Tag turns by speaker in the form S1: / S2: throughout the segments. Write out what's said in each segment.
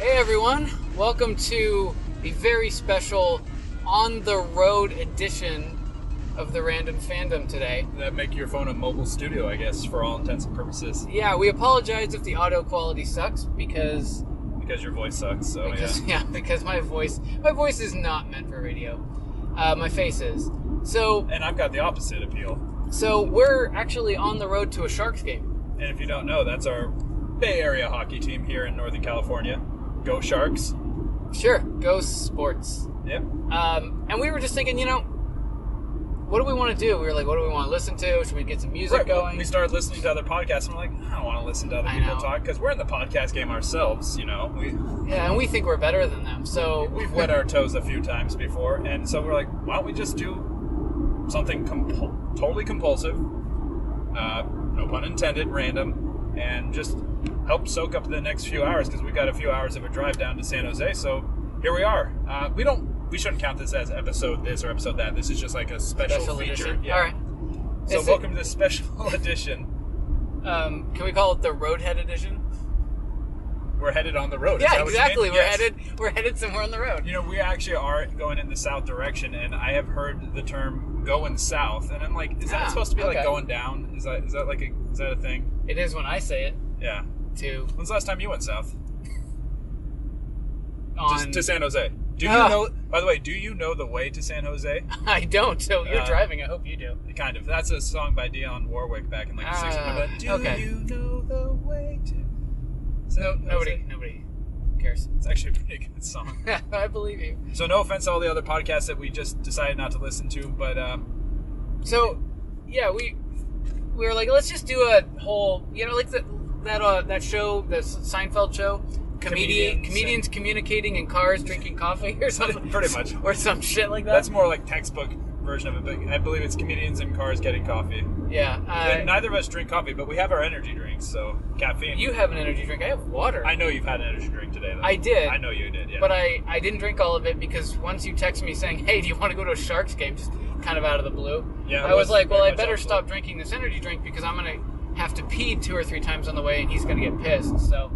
S1: Hey everyone, welcome to a very special on the road edition of the Random Fandom today.
S2: That make your phone a mobile studio, I guess, for all intents and purposes,
S1: Yeah, we apologize if the audio quality sucks because
S2: because your voice sucks. So
S1: because yeah. because my voice my voice is not meant for radio. Uh, my face is. So
S2: yeah, and I've got the opposite appeal.
S1: so we're actually on the road to a Sharks game.
S2: And if you don't know, that's our Bay Area hockey team here in Northern California. Go Sharks!
S1: Sure, go sports.
S2: Yep.
S1: Um, and we were just thinking, you know, what do we want to do? We were like, what do we want to listen to? Should we get some music
S2: Right, well,
S1: going?
S2: We started listening to other podcasts, and we're like, I don't want to listen to other
S1: I
S2: people
S1: know.
S2: talk because we're in the podcast game ourselves. You know, we
S1: Yeah, and we think we're better than them. So
S2: we've wet our toes a few times before, and so we're like, why don't we just do something compul- totally compulsive, uh, no pun intended, random, and just help soak up the next few hours because we've got a few hours of a drive down to San Jose. So here we are. Uh, we don't. We shouldn't count this as episode this or episode that. This is just like a special,
S1: special
S2: feature.
S1: edition.
S2: Yeah.
S1: All right.
S2: So
S1: Is it-
S2: welcome to this special edition.
S1: Um, can we call it the Roadhead Edition?
S2: We're headed on the road. Is
S1: Yeah,
S2: that what you mean?
S1: exactly. We're
S2: Yes.
S1: headed. We're headed somewhere on the road.
S2: You know, we actually are going in the south direction, and I have heard the term "going south," and I'm like, is that
S1: Ah,
S2: supposed to be
S1: okay.
S2: like going down? Is that is that like a is that a thing?
S1: It is when I say it
S2: Yeah.
S1: to
S2: When's the last time you went south?
S1: on.
S2: Just to San Jose. Do you
S1: Ah.
S2: know? By the way, do you know the way to San Jose?
S1: I don't. So you're
S2: Uh,
S1: driving. I hope you do.
S2: Kind of. That's a song by Dionne Warwick back in like the
S1: Ah,
S2: 60s. Remember that? Do
S1: okay.
S2: you know the way to?
S1: No,
S2: San
S1: nobody.
S2: Jose?
S1: Nobody cares.
S2: It's actually a pretty good song.
S1: I believe you.
S2: so no offense to all the other podcasts that we just decided not to listen to, but um,
S1: So, yeah, we we were like, let's just do a whole, you know, like the, that uh, that show, the S- Seinfeld show, comedian comedians,
S2: Comedians
S1: communicating in cars, drinking coffee, or something,
S2: pretty much.
S1: or some shit like that.
S2: That's more like textbook version of it, but I believe it's comedians in cars getting coffee.
S1: yeah.
S2: and
S1: Uh,
S2: neither of us drink coffee, but we have our energy drinks, so caffeine.
S1: you have an energy drink. I have water.
S2: I know you've had an energy drink today. Though.
S1: I did.
S2: I know you did. Yeah.
S1: But I, I didn't drink all of it because once you text me saying, hey, do you want to go to a Sharks game? Just kind of out of the blue.
S2: Yeah, it
S1: I was
S2: was
S1: like, well,
S2: very
S1: I
S2: much
S1: better
S2: out of the
S1: stop
S2: blue.
S1: drinking this energy drink because I'm going to have to pee two or three times on the way and he's going to get pissed. So,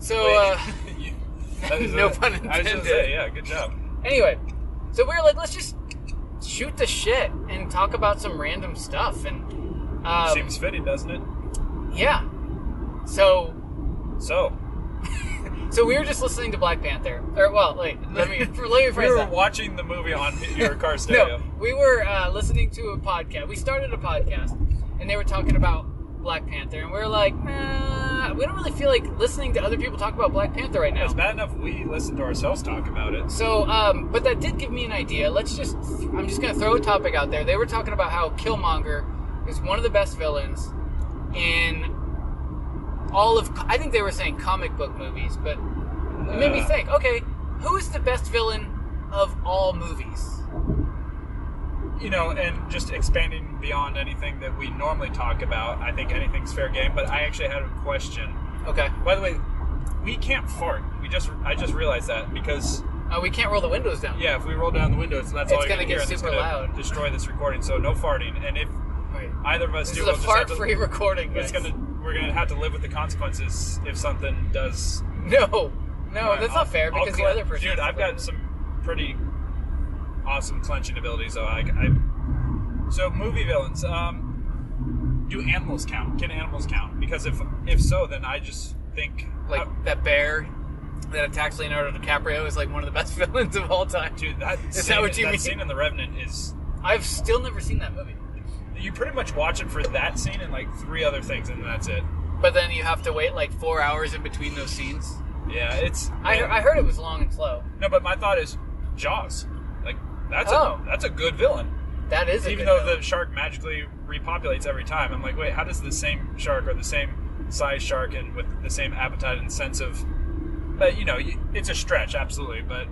S1: so
S2: Wait.
S1: uh,
S2: You- that is
S1: no
S2: it.
S1: pun
S2: I was
S1: intended.
S2: gonna say, yeah, good job.
S1: anyway, so we were like, let's just shoot the shit and talk about some random stuff. And um,
S2: Seems fitting, doesn't it?
S1: yeah. So
S2: So
S1: so we were just listening to Black Panther. Or, well, like, let me, let me rephrase
S2: we were
S1: that.
S2: watching the movie on your car stereo.
S1: No, we were uh, listening to a podcast. We started a podcast, and they were talking about Black Panther, and we were like, nah, we don't really feel like listening to other people talk about Black Panther right now.
S2: It's bad enough we listened to ourselves talk about it.
S1: So, um, but that did give me an idea. Let's just, I'm just gonna throw a topic out there. They were talking about how Killmonger is one of the best villains in all of, I think they were saying comic book movies, but it made me
S2: Uh.
S1: think, okay, who is the best villain of all movies?
S2: you know, and just expanding beyond anything that we normally talk about, I think anything's fair game. But I actually had a question.
S1: Okay.
S2: By the way, we can't fart. We just I just realized that because
S1: Uh, we can't roll the windows down.
S2: yeah, if we roll down the windows, that's all
S1: It's
S2: you're
S1: gonna
S2: gonna
S1: get
S2: hear, and it's
S1: super
S2: gonna
S1: loud.
S2: Destroy this recording. So no farting. And if
S1: Right.
S2: either of us
S1: This
S2: do,
S1: is
S2: we'll
S1: a
S2: just have
S1: fart
S2: to-
S1: free recording.
S2: It's
S1: guys.
S2: gonna we're gonna have to live with the consequences if something does.
S1: No, no,
S2: All right,
S1: that's
S2: I'll-
S1: not fair
S2: I'll
S1: because the
S2: clen-
S1: other person.
S2: Dude, I've got some pretty awesome clenching abilities. So I, I so movie villains. Um, do animals count? Can animals count? Because if if so, then I just think
S1: like that bear that attacks Leonardo DiCaprio is like one of the best villains of all time.
S2: Dude, that
S1: Is that
S2: scene,
S1: what you mean?
S2: scene in The Revenant is
S1: I've still never seen that movie,
S2: you pretty much watch it for that scene and like three other things, and that's it.
S1: but then you have to wait like four hours in between those scenes.
S2: Yeah, it's
S1: I, I heard it was long and slow.
S2: no, but my thought is Jaws. Like that's
S1: Oh.
S2: a that's a good villain,
S1: That is a
S2: even
S1: good
S2: though
S1: villain.
S2: the shark magically repopulates every time. I'm like, wait, how does the same shark or the same size shark and with the same appetite and sense of, but you know, you- it's a stretch, absolutely. But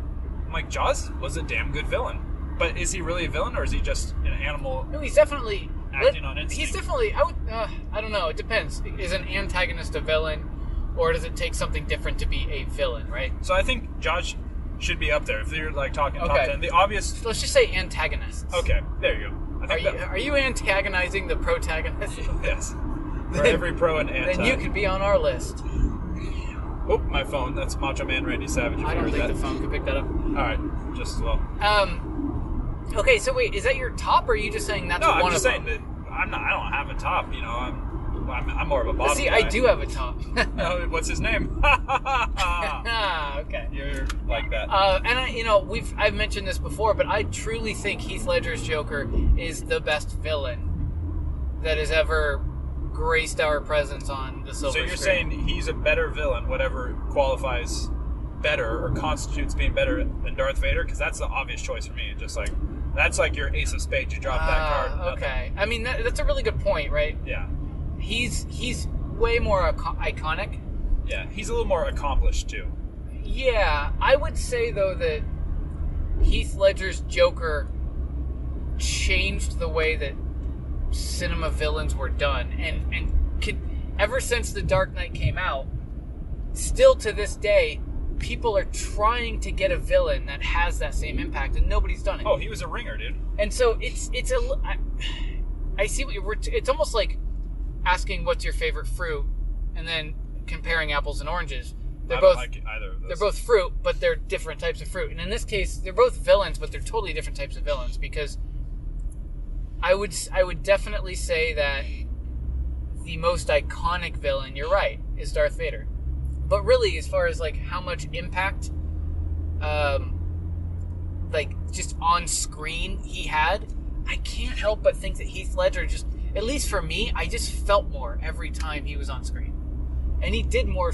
S2: I'm like, Jaws was a damn good villain. But is he really a villain or is he just an animal?
S1: no, he's definitely
S2: Acting on instinct.
S1: He's definitely. I would. Uh, I don't know. It depends. Is an antagonist a villain, or does it take something different to be a villain? Right.
S2: So I think Josh should be up there if you're like talking top
S1: Okay.
S2: ten. The obvious.
S1: Let's just say antagonists.
S2: Okay, there you go. I
S1: Are
S2: think
S1: you,
S2: that-
S1: are you antagonizing the protagonist?
S2: yes. For
S1: Then-
S2: every pro and anti.
S1: Then you could be on our list.
S2: Oh, my phone. That's Macho Man Randy Savage. if
S1: I
S2: you
S1: don't
S2: heard
S1: think
S2: that.
S1: the phone could pick that up.
S2: All right, just as well.
S1: Um, okay, so wait, is that your top, or are you just saying that's
S2: No,
S1: one
S2: I'm just
S1: of
S2: saying
S1: them?
S2: that I'm not. I don't have a top. You know, I'm. I'm, I'm more of a bottom.
S1: But see,
S2: guy.
S1: I do have a top.
S2: Oh, what's his name?
S1: ah, okay.
S2: You're like that.
S1: Uh, and I, you know, we've I've mentioned this before, but I truly think Heath Ledger's Joker is the best villain that has ever graced our presence on the silver
S2: so you're
S1: screen.
S2: saying he's a better villain, whatever qualifies better or constitutes being better than Darth Vader? Because that's the obvious choice for me. Just like that's like your Ace of Spades. You drop that
S1: Ah,
S2: card. nothing.
S1: okay. I mean, that, that's a really good point, right?
S2: Yeah,
S1: He's he's way more ico- iconic.
S2: yeah. He's a little more accomplished too.
S1: Yeah, I would say though that Heath Ledger's Joker changed the way that cinema villains were done, and and could, ever since The Dark Knight came out, still to this day, people are trying to get a villain that has that same impact, and nobody's done it.
S2: Oh, he was a ringer, dude.
S1: And so it's it's a l- I, I see what you're. It's almost like asking what's your favorite fruit, and then comparing apples and oranges. They're
S2: I
S1: both
S2: don't like either of those.
S1: they're both fruit, but they're different types of fruit. And in this case, they're both villains, but they're totally different types of villains because I would s- I would definitely say that the most iconic villain, you're right, is Darth Vader. But really, as far as like how much impact, um, like just on screen he had, I can't help but think that Heath Ledger just, at least for me, I just felt more every time he was on screen, and he did more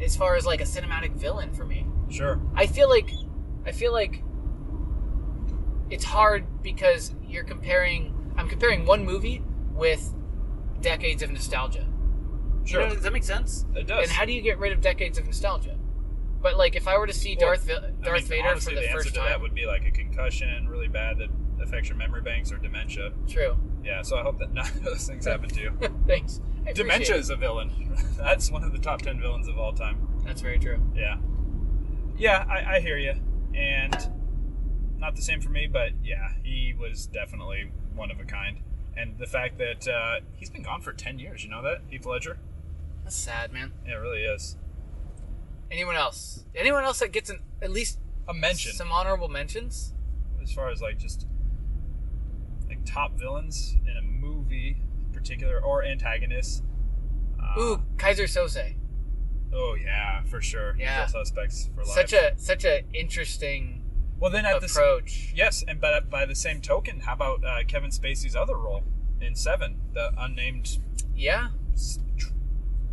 S1: as far as like a cinematic villain for me.
S2: Sure.
S1: I feel like I feel like it's hard because you're comparing I'm comparing one movie with decades of nostalgia.
S2: Sure.
S1: You know, does that make sense?
S2: It does.
S1: And how do you get rid of decades of nostalgia? But like if I were to see
S2: Well,
S1: Darth Darth,
S2: I
S1: Darth
S2: mean,
S1: Vader for
S2: honestly,
S1: the,
S2: the answer
S1: first
S2: to that
S1: time.
S2: would be like a concussion, really bad that affects your memory banks or dementia.
S1: True.
S2: Yeah, so I hope that none of those things happen to you.
S1: Thanks. I appreciate
S2: Dementia
S1: it.
S2: is a villain. That's one of the top ten villains of all time.
S1: That's very true.
S2: Yeah, yeah, I, I hear you, and not the same for me, but yeah, he was definitely one of a kind. And the fact that uh, he's been gone for ten years, you know that Heath Ledger.
S1: That's sad, man.
S2: Yeah, it really is
S1: Anyone else? Anyone else that gets an, at least
S2: a mention
S1: some honorable mentions?
S2: as far as like just like top villains in a movie, in particular or antagonists. Uh,
S1: Ooh, Kaiser Sose.
S2: Oh yeah, for sure.
S1: Yeah.
S2: Usual suspects for life.
S1: Such a such a interesting
S2: well, then at the s-
S1: approach.
S2: Yes, and but by the same token, how about uh, Kevin Spacey's other role in Seven, the unnamed
S1: Yeah.
S2: s- tr-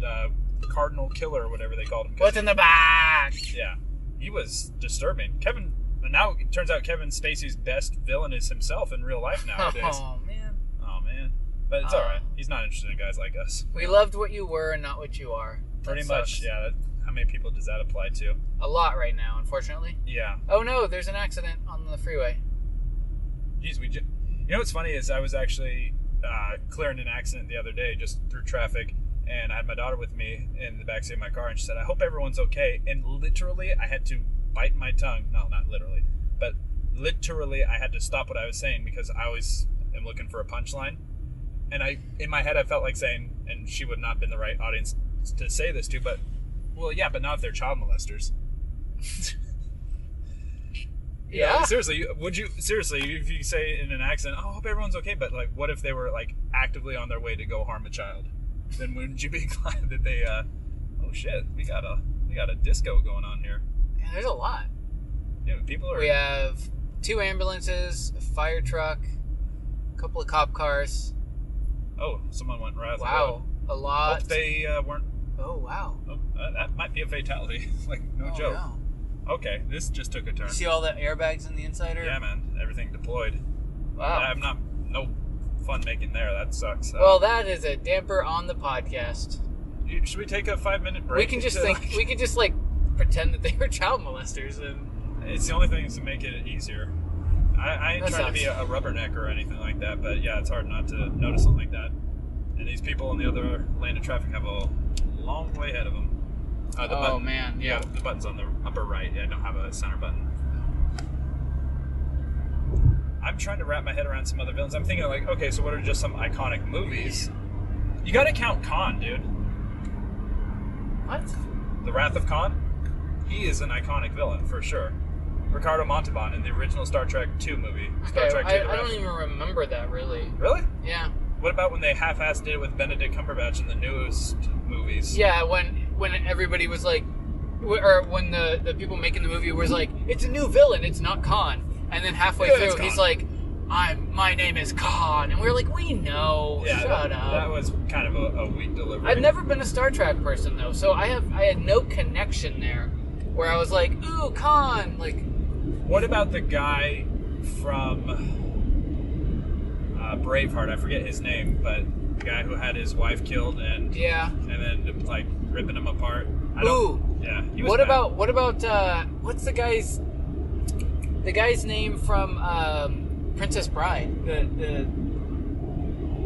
S2: uh, cardinal killer, or whatever they called him? 'Cause
S1: What's in the box?
S2: he- yeah, he was disturbing. Kevin, and now it turns out Kevin Spacey's best villain is himself in real life nowadays.
S1: Oh man,
S2: oh man, but it's
S1: Oh.
S2: all right. He's not interested in guys like us.
S1: we loved what you were and not what you are. That
S2: Pretty
S1: sucks.
S2: much, yeah. That, how many people does that apply to?
S1: A lot right now, unfortunately.
S2: Yeah.
S1: Oh no, there's an accident on the freeway.
S2: Jeez, we. Ju- you know what's funny is I was actually uh, clearing an accident the other day just through traffic, and I had my daughter with me in the backseat of my car, and she said, "I hope everyone's okay." And literally, I had to bite my tongue. No, not literally, but literally, I had to stop what I was saying because I always am looking for a punchline, and I in my head I felt like saying, and she would not have been the right audience to say this to, but well, yeah, but not if they're child molesters. You know,
S1: Yeah.
S2: seriously, you- would you seriously if you say in an accent, "Oh, I hope everyone's okay," but like, what if they were like actively on their way to go harm a child? Then wouldn't you be glad that they? uh Oh shit, we got a we got a disco going on here.
S1: Yeah, there's a lot.
S2: Yeah, people are.
S1: We have two ambulances, a fire truck, a couple of cop cars.
S2: Oh, someone went right. off the road.
S1: Wow, a lot.
S2: Hope they uh, weren't.
S1: Oh wow.
S2: Oh, uh, that might be a fatality. like no
S1: Oh,
S2: joke.
S1: no.
S2: Okay, this just took a turn.
S1: You see all the airbags in the insider?
S2: Yeah, man, everything deployed.
S1: Wow.
S2: I'm not no fun making there. That sucks. Uh,
S1: well, that is a damper on the podcast.
S2: you- should we take a five minute break?
S1: We can just
S2: to,
S1: think.
S2: like-
S1: We can just like pretend that they were child molesters and.
S2: It's the only thing to make it easier. I, I ain't
S1: That
S2: trying
S1: sucks.
S2: to be a, a rubberneck or anything like that, but yeah, it's hard not to notice something like that. And these people on the other lane of traffic have a long way ahead of them. Uh, the
S1: oh
S2: button,
S1: man,
S2: yeah,
S1: yeah.
S2: the button's on the upper right. I don't have a center button. I'm trying to wrap my head around some other villains. I'm thinking like, okay, so what are just some iconic movies? You got to count Khan, dude.
S1: What?
S2: The Wrath of Khan. He is an iconic villain for sure. Ricardo Montalban in the original Star Trek II movie. Star
S1: Okay,
S2: Trek
S1: I,
S2: II: The
S1: I
S2: Wrath-
S1: don't even remember that really.
S2: Really?
S1: Yeah.
S2: What about when they half-assed it with Benedict Cumberbatch in the newest movies?
S1: Yeah, when when everybody was like, w- or when the the people making the movie was like, it's a new villain, it's not Khan, and then halfway
S2: Yeah, it's
S1: through he's
S2: Khan.
S1: like, I'm my name is Khan, and we are like, we know,
S2: Yeah,
S1: shut
S2: that,
S1: up.
S2: that was kind of a, a weak delivery.
S1: I've never been a Star Trek person though, so I have I had no connection there, where I was like, ooh, Khan, like,
S2: What about the guy from uh, Braveheart? I forget his name, but the guy who had his wife killed and
S1: yeah.
S2: and then like ripping him apart. I
S1: Ooh.
S2: don't, yeah. he was
S1: What
S2: bad.
S1: about what about uh, what's the guy's the guy's name from um, Princess Bride? The the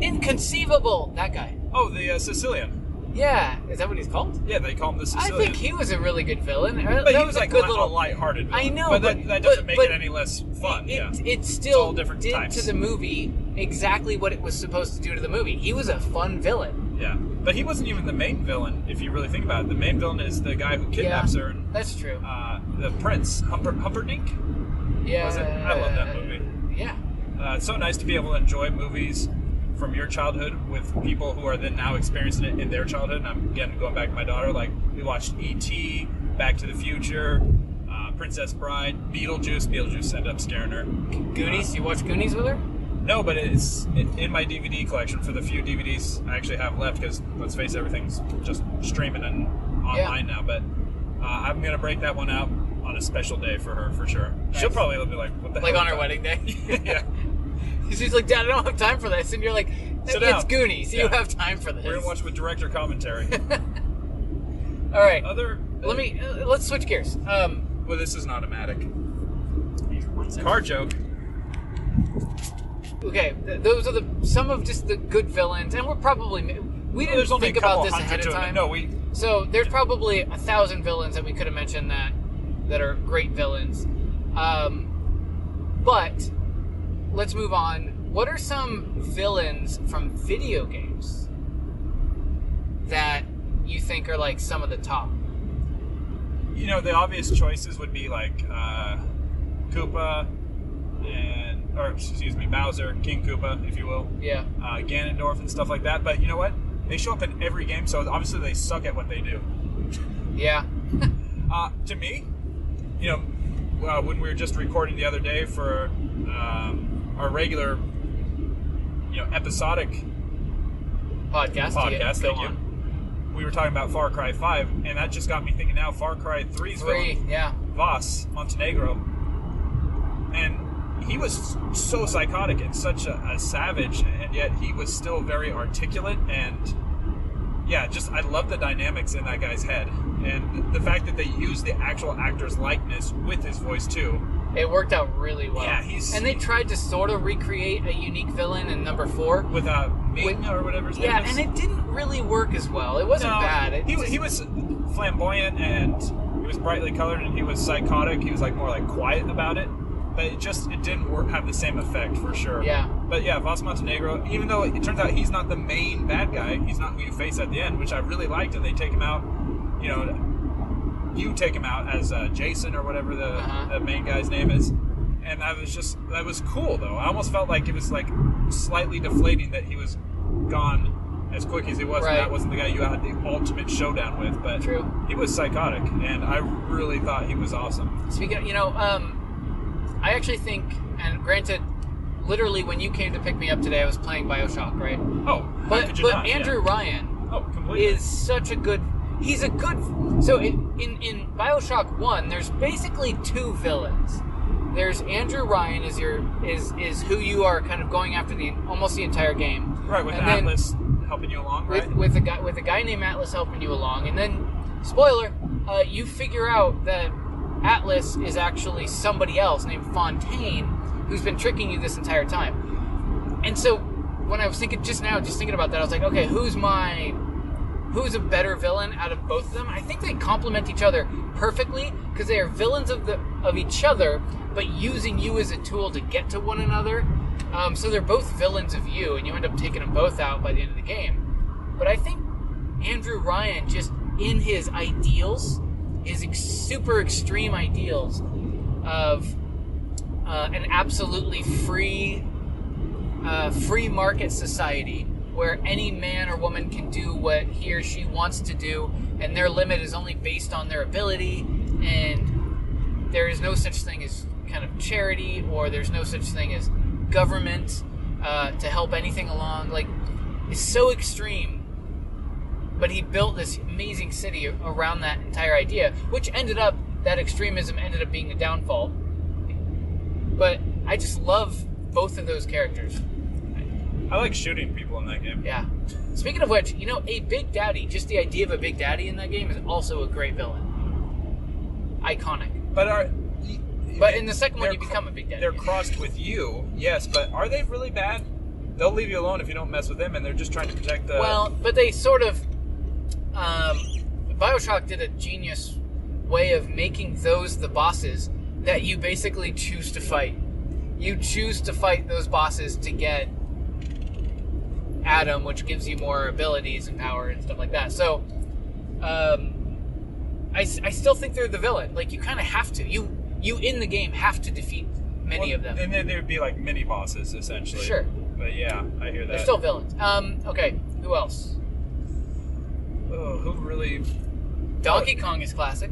S1: inconceivable that guy.
S2: Oh, the uh, Sicilian.
S1: Yeah, is that what he's called?
S2: Yeah, they call him the
S1: I
S2: Sicilian.
S1: think he was a really good villain. Uh,
S2: but
S1: that
S2: he
S1: was
S2: was like
S1: a good
S2: li-
S1: little.
S2: lighthearted.
S1: I
S2: villain.
S1: know,
S2: but,
S1: but-
S2: that, that doesn't
S1: but-
S2: make
S1: but
S2: it any less fun.
S1: It,
S2: yeah.
S1: it still
S2: all different
S1: did
S2: types.
S1: to the movie exactly what it was supposed to do to the movie. He was a fun villain.
S2: Yeah, but he wasn't even the main villain. If you really think about it, the main villain is the guy who kidnaps
S1: Yeah.
S2: her and
S1: That's true.
S2: uh, the prince Humper, Humperdinck.
S1: Yeah,
S2: was it? I love that movie.
S1: Yeah,
S2: Uh, it's so nice to be able to enjoy movies from your childhood with people who are then now experiencing it in their childhood. And I'm again going back to my daughter. Like we watched E.T., Back to the Future, uh, Princess Bride, Beetlejuice. Beetlejuice ended up scaring her.
S1: Goonies. You watch Goonies with her?
S2: No, but it's in in my DVD collection for the few DVDs I actually have left. Because let's face it, everything's just streaming and online now. But uh, I'm gonna break that one out on a special day for her for sure. She'll
S1: Nice.
S2: probably be like, "What the
S1: Like
S2: hell
S1: on
S2: is
S1: her
S2: that?
S1: wedding day.
S2: yeah.
S1: She's like, Dad, I don't have time for this. And you're like,
S2: Sit
S1: It's
S2: down.
S1: Goonies. You
S2: Yeah.
S1: have time for this.
S2: We're gonna watch with director commentary.
S1: All right.
S2: Other
S1: Let me, uh, let's switch gears. Um,
S2: Well, this is an automatic. Car joke.
S1: okay. th- those are the, some of just the good villains. And we're probably, we didn't
S2: There's only
S1: think
S2: a couple
S1: about this
S2: hundred
S1: ahead
S2: to
S1: of
S2: it.
S1: time.
S2: No, we.
S1: So there's probably a thousand villains that we could have mentioned that, that are great villains. Um, but let's move on. What are some villains from video games that you think are like some of the top?
S2: You know, the obvious choices would be like uh, Koopa and, or excuse me, Bowser, King Koopa, if you will,
S1: Yeah.
S2: uh, Ganondorf and stuff like that. But you know what? They show up in every game, so obviously they suck at what they do.
S1: Yeah.
S2: Uh, to me, you know, uh, when we were just recording the other day for um, our regular, you know, episodic
S1: Podcast. Yeah,
S2: podcast.
S1: go
S2: thank
S1: on.
S2: you. We were talking about Far Cry 5, and that just got me thinking now Far Cry 3's
S1: Three.
S2: villain,
S1: Yeah.
S2: Voss Montenegro. And he was so psychotic and such a, a savage, and yet he was still very articulate. And yeah, just I love the dynamics in that guy's head. And the fact that they used the actual actor's likeness with his voice, too.
S1: It worked out really well.
S2: Yeah, he's-
S1: And they tried to sort of recreate a unique villain in number four.
S2: With uh, Ming
S1: With-
S2: or whatever his
S1: Yeah,
S2: name is.
S1: and it didn't really work as well. It wasn't
S2: No,
S1: bad. It
S2: he, wa-
S1: just-
S2: he was flamboyant and he was brightly colored and he was psychotic. He was like more like quiet about it, but it just it didn't work, have the same effect for sure.
S1: Yeah.
S2: But yeah, Vos Montenegro. Even though it turns out he's not the main bad guy, he's not who you face at the end, which I really liked. And they take him out. You know, you take him out as uh, Jason or whatever the,
S1: Uh-huh.
S2: the main guy's name is. And that was just that was cool though. I almost felt like it was like slightly deflating that he was gone as quick as he was. and
S1: Right.
S2: that wasn't the guy you had the ultimate showdown with, but
S1: True.
S2: he was psychotic, and I really thought he was awesome.
S1: Speaking of, you know, um, I actually think, and granted, literally when you came to pick me up today, I was playing Bioshock, right?
S2: Oh, how
S1: But
S2: could you
S1: but
S2: not? Yeah.
S1: Andrew Ryan
S2: oh, completely.
S1: is such a good. He's a good. So in, in in Bioshock One, there's basically two villains. There's Andrew Ryan is your is is who you are kind of going after the almost the entire game.
S2: right with
S1: and then-
S2: Atlas helping you along,
S1: with
S2: right?
S1: with a guy with a guy named Atlas helping you along, and then spoiler, uh, you figure out that Atlas is actually somebody else named Fontaine who's been tricking you this entire time. And so when I was thinking just now, just thinking about that, I was like, okay, who's my who's a better villain out of both of them. I think they complement each other perfectly because they are villains of the of each other, but using you as a tool to get to one another. Um, so they're both villains of you, and you end up taking them both out by the end of the game. But I think Andrew Ryan, just in his ideals, his ex- super extreme ideals of uh, an absolutely free, uh, free market society where any man or woman can do what he or she wants to do, and their limit is only based on their ability, and there is no such thing as kind of charity, or there's no such thing as government uh, to help anything along. Like, it's so extreme. But he built this amazing city around that entire idea, which ended up, that extremism ended up being the downfall. But I just love both of those characters.
S2: I like shooting people in that game.
S1: Yeah. Speaking of which, you know, a Big Daddy, just the idea of a Big Daddy in that game is also a great villain. Iconic.
S2: But are
S1: But in the second one,
S2: they're
S1: you
S2: cro-
S1: become a Big Daddy.
S2: they're crossed with you? Yes, but are they really bad? They'll leave you alone if you don't mess with them, and they're just trying to protect the.
S1: Well, but they sort of. Um, Bioshock did a genius way of making those the bosses that you basically choose to fight. You choose to fight those bosses to get Adam, which gives you more abilities and power and stuff like that. So, um, I, s- I still think they're the villain. Like you kind of have to. You you in the game have to defeat many
S2: Well,
S1: of them.
S2: And then they would be like mini bosses, essentially.
S1: Sure.
S2: But yeah, I hear that.
S1: They're still villains. Um, okay, who else?
S2: Oh, who really?
S1: Donkey Kong is classic.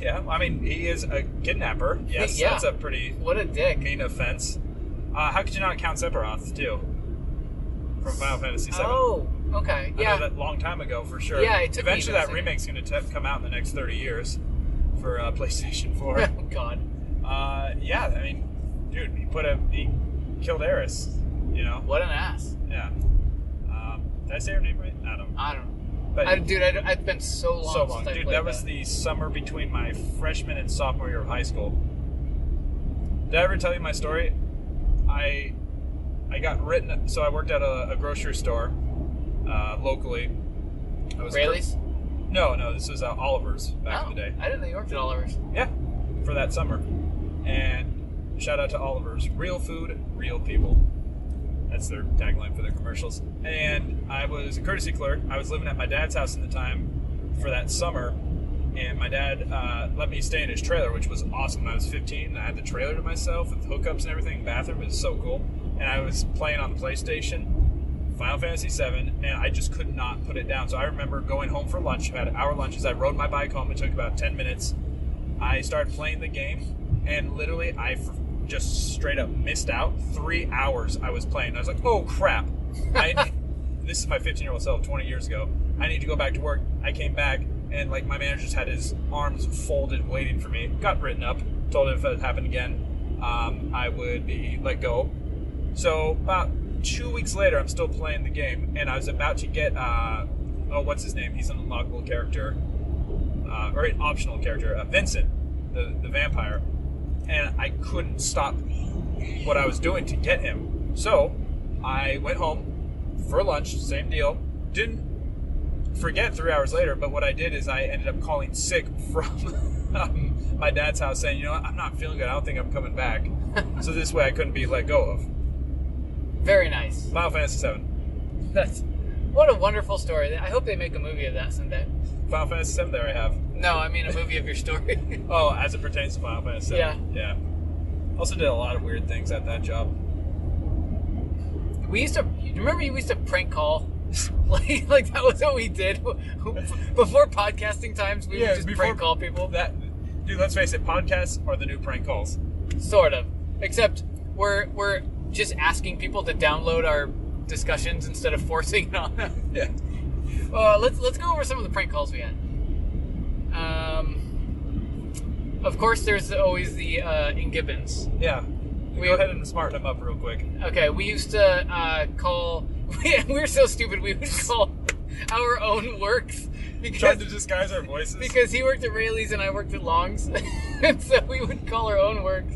S2: Yeah, I mean, he is a kidnapper. Yes,
S1: Yeah.
S2: that's a pretty
S1: What a dick.
S2: mean offense. Uh, how could you not count Sephiroth too? From Final Fantasy VII.
S1: Oh, okay.
S2: I know
S1: Yeah.
S2: that long time ago for sure.
S1: Yeah, it took me
S2: Eventually,
S1: a
S2: that
S1: second.
S2: remake's going to come out in the next thirty years for uh, PlayStation Four.
S1: Oh, God.
S2: uh, yeah, I mean, dude, he put a he killed Eris. You know.
S1: What an ass.
S2: Yeah. Um, did I say her name right? I don't. know.
S1: I don't
S2: But
S1: I, dude, I, have been so long
S2: so long,
S1: since I
S2: dude.
S1: played
S2: That was the summer between my freshman and sophomore year of high school. Did I ever tell you my story? I I got written. So I worked at a, a grocery store uh, locally. I was
S1: Rayleigh's?
S2: No, no. This was uh, Oliver's back
S1: Oh,
S2: in the day.
S1: I didn't think you worked at Oliver's.
S2: Yeah, for that summer. And shout out to Oliver's. Real food, real people. That's their tagline for their commercials. And I was a courtesy clerk. I was living at my dad's house in the time for that summer. And my dad uh, let me stay in his trailer, which was awesome. I was 15. I had the trailer to myself with hookups and everything, bathroom. It was so cool. And I was playing on the PlayStation, Final Fantasy VII, and I just could not put it down. So I remember going home for lunch. I had hour lunches. I rode my bike home. It took about 10 minutes. I started playing the game, and literally, I f- just straight up missed out. Three hours I was playing. I was like, oh crap. I need- this is my 15 year old self 20 years ago. I need to go back to work. I came back, and like my manager just had his arms folded waiting for me. Got written up, told him if it happened again, um, I would be let go. So about two weeks later, I'm still playing the game, and I was about to get uh, oh, what's his name? He's an unlockable character, uh, or an optional character, uh, Vincent, the the vampire, and I couldn't stop what I was doing to get him. So I went home for lunch, same deal. Didn't forget three hours later, but what I did is I ended up calling sick from um, my dad's house saying, you know what, I'm not feeling good. I don't think I'm coming back. so this way I couldn't be let go of.
S1: Very nice.
S2: Final Fantasy Seven.
S1: That's what a wonderful story. I hope they make a movie of that someday.
S2: Final Fantasy Seven. There I have.
S1: No, I mean a movie of your story.
S2: Oh, as it pertains to Final Fantasy. VII. Yeah. Also did a lot of weird things at that job.
S1: we used to you remember we used to prank call. like, like that was what we did before podcasting times. We would just prank call people.
S2: That, dude. Let's face it. Podcasts are the new prank calls.
S1: Sort of. Except we're we're just asking people to download our discussions instead of forcing it on them.
S2: Yeah.
S1: Uh, let's let's go over some of the prank calls we had. Um, of course, there's always the uh, in Gibbons.
S2: Yeah.
S1: We-
S2: go ahead and smarten them up real quick.
S1: Okay, we used to uh, call. We, we were so stupid. We would call our own works
S2: Tried
S1: because
S2: to disguise our voices.
S1: because he worked at Rayleigh's and I worked at Long's, and so we would call our own works.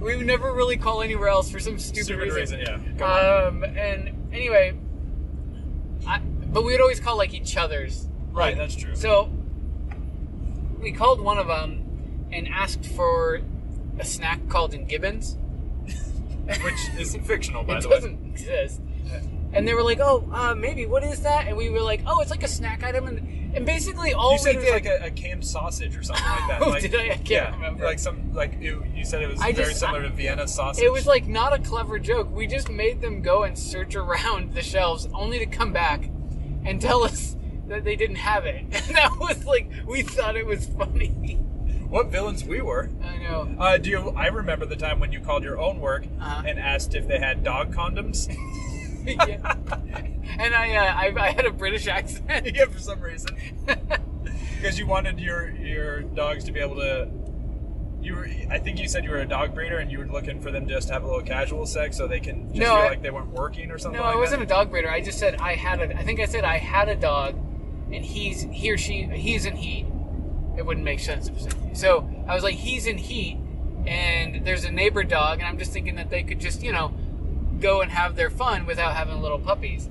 S1: We would never really call anywhere else for some stupid,
S2: stupid reason. Yeah. Come on.
S1: Um, and anyway, Um, I, but we would always call like each other's.
S2: Right, that's true.
S1: So we called one of them and asked for a snack called in Gibbons.
S2: Which is fictional, by
S1: It
S2: the way.
S1: doesn't exist. And they were like, "Oh, uh, maybe what is that?" And we were like, "Oh, it's like a snack item." And, and basically, all
S2: You said
S1: we
S2: it was
S1: did
S2: like a, a canned sausage or something like that.
S1: Oh,
S2: like,
S1: did I? I can't
S2: yeah,
S1: remember.
S2: Like some, like you, you said it was
S1: I
S2: very
S1: just-
S2: similar to Vienna sausage.
S1: It was like not a clever joke. We just made them go and search around the shelves only to come back and tell us that they didn't have it. And that was like we thought it was funny.
S2: what villains we were.
S1: I know.
S2: Uh, do you? I remember the time when you called your own work
S1: Uh-huh.
S2: and asked if they had dog condoms.
S1: Yeah. And I, uh, I I had a British accent.
S2: yeah, for some reason, because you wanted your your dogs to be able to. You were, I think you said you were a dog breeder and you were looking for them just to have a little casual sex so they can just
S1: No,
S2: feel
S1: I-
S2: like they weren't working or something.
S1: No,
S2: like
S1: I wasn't
S2: That.
S1: a dog breeder. I just said I had a. I think I said I had a dog, and he's he or she he's in heat. It wouldn't make sense if it was so. I was like he's in heat, and there's a neighbor dog, and I'm just thinking that they could just you know go and have their fun without having little puppies.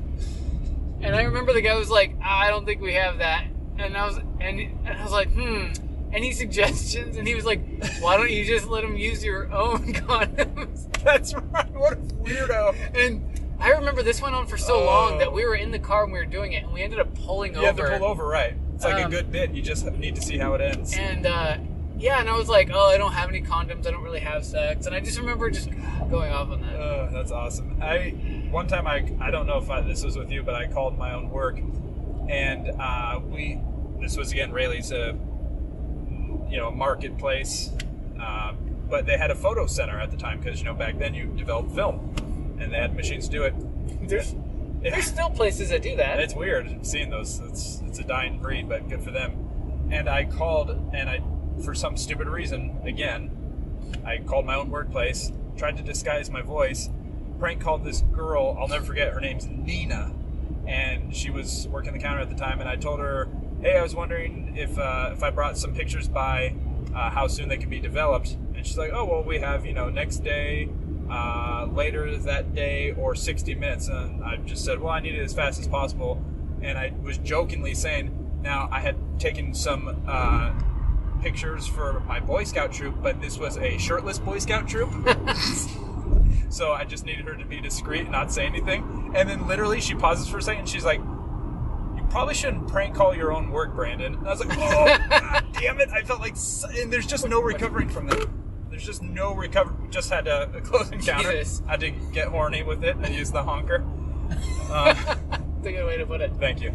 S1: And I remember the guy was like, I don't think we have that, and I was and, and I was like, hmm. Any suggestions? And he was like, "Why don't you just let him use your own condoms?"
S2: That's right. What a weirdo.
S1: And I remember this went on for so
S2: Oh.
S1: long that we were in the car and we were doing it, and we ended up pulling
S2: You have
S1: over.
S2: to pull over, right? It's like a
S1: Um,
S2: good bit. You just need to see how it ends.
S1: And uh, yeah, and I was like, "Oh, I don't have any condoms. I don't really have sex." And I just remember just going off on that.
S2: Oh, that's awesome. I one time I I don't know if I, this was with you, but I called my own work, and uh, we this was again Rayleigh's a you know marketplace, uh, but they had a photo center at the time because you know back then you developed film, and they had machines to do it.
S1: There's
S2: Yeah.
S1: there's still places that do that.
S2: And it's weird seeing those. It's it's a dying breed, but good for them. And I called, and I, for some stupid reason, again, I called my own workplace, tried to disguise my voice, prank called this girl. I'll never forget her name's Nina, and she was working the counter at the time. And I told her, "Hey, I was wondering if uh, if I brought some pictures by, uh, how soon they can be developed." And she's like, "Oh, well, we have you know next day." Uh, later that day or 60 minutes and i just said well i need it as fast as possible and i was jokingly saying now i had taken some uh, pictures for my Boy Scout troop, but this was a shirtless Boy Scout troop. so I just needed her to be discreet and not say anything. And then literally she pauses for a second and she's like, You probably shouldn't prank call your own work, Brandon. And I was like, Oh, God damn it. I felt like, s- and there's just no recovering from that. There's just no recovery. We just had a, a close encounter.
S1: Jesus.
S2: I had to get horny with it and use the honker. Uh,
S1: That's a good way to put it.
S2: Thank you.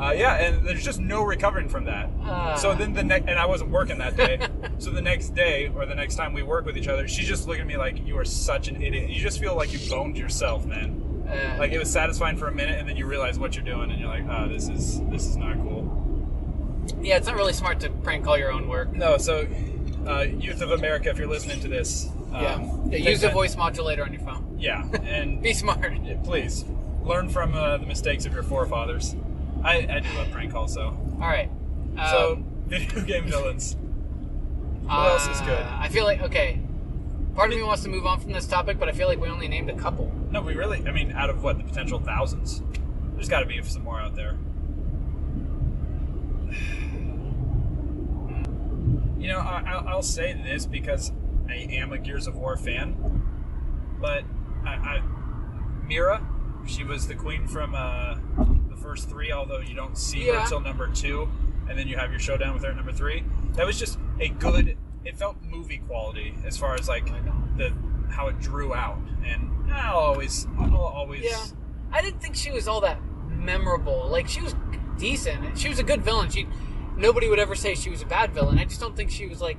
S2: Uh, yeah, and there's just no recovering from that.
S1: Ah.
S2: so then the next, and I wasn't working that day. so the next day, or the next time we work with each other, she's just looking at me like, "You are such an idiot." You just feel like you boned yourself, man.
S1: Uh,
S2: Like it was satisfying for a minute, and then you realize what you're doing, and you're like, "Oh, this is this is not cool."
S1: yeah, it's not really smart to prank call your own work.
S2: No, so uh, youth of America, if you're listening to this, um,
S1: yeah.
S2: take
S1: yeah. Use a
S2: that-
S1: voice modulator on your phone.
S2: Yeah, and
S1: Be smart.
S2: Yeah, please learn from uh, the mistakes of your forefathers. I, I do love prank calls, though.
S1: All right. Um,
S2: So, video game villains. What else is good?
S1: uh, I feel like okay. Part of me wants to move on from this topic, but I feel like we only named a couple.
S2: No, we really. I mean, out of what the potential thousands, there's got to be some more out there. You know, I, I'll, I'll say this because I am a Gears of War fan, but I, I Mira, she was the queen from uh, the first three, although you don't see her
S1: Yeah.
S2: until number two, and then you have your showdown with her at number three. That was just a good. It felt movie quality as far as like
S1: I know.
S2: the how it drew out, and I'll always, I'll always.
S1: Yeah. I didn't think she was all that memorable. Like she was decent. She was a good villain. She nobody would ever say she was a bad villain. I just don't think she was like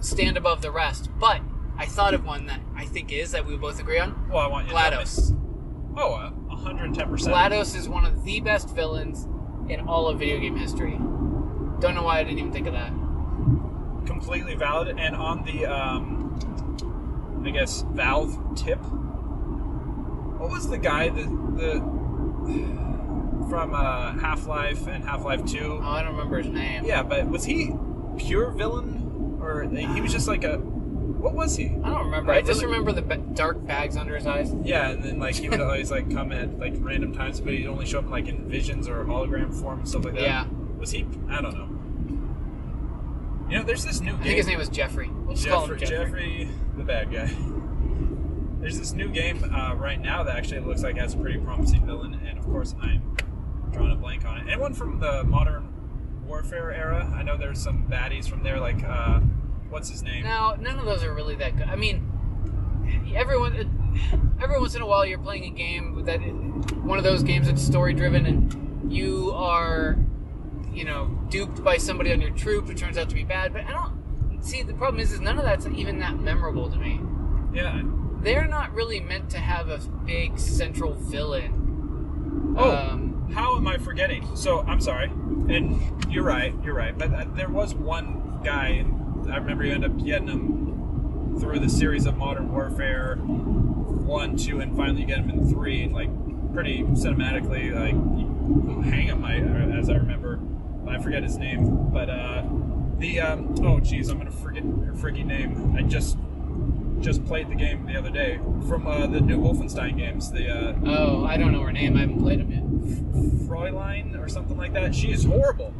S1: stand above the rest. But I thought of one that I think is that we both agree on.
S2: Well, I want you.
S1: GLaDOS.
S2: To tell me. Oh, hundred and ten percent.
S1: GLaDOS is one of the best villains in all of video game history. Don't know why I didn't even think of that.
S2: Completely valid, and on the, um, I guess Valve tip. What was the guy that the from uh, Half Life and Half Life Two?
S1: Oh, I don't remember his name.
S2: Yeah, but was he pure villain, or he was just like a What was he?
S1: I don't remember.
S2: I
S1: I, just
S2: really-
S1: remember the ba- dark bags under his eyes.
S2: Yeah, and then like he would always like come at like random times, but he'd only show up like in visions or hologram form and stuff like that.
S1: Yeah.
S2: Was he? I don't know. You know, there's this new
S1: I
S2: game.
S1: think his name was Jeffrey. We'll just call
S2: Jeffrey,
S1: him Jeffrey.
S2: Jeffrey, the bad guy. There's this new game uh, right now that actually looks like has a pretty promising villain, and of course I'm drawing a blank on it. Anyone from the modern warfare era? I know there's some baddies from there, like uh, what's his name?
S1: No, none of those are really that good. I mean, everyone, every once in a while, you're playing a game that one of those games that's story driven, and you are, you know, duped by somebody on your troop who turns out to be bad. But I don't see the problem is is none of that's even that memorable to me.
S2: Yeah.
S1: They're not really meant to have a big central villain.
S2: Oh.
S1: Um,
S2: How am I forgetting? So I'm sorry, and you're right, you're right. But uh, there was one guy, and I remember you end up getting him through the series of Modern Warfare one, two, and finally you get him in three. Like pretty cinematically, like you hang him, I, as I remember. I forget his name, but uh, the um, oh geez, I'm gonna forget your freaking name. I just just played the game the other day from uh, the new Wolfenstein games. The uh,
S1: oh, I don't know her name. I haven't played them yet.
S2: Fräulein or something like that. She is horrible.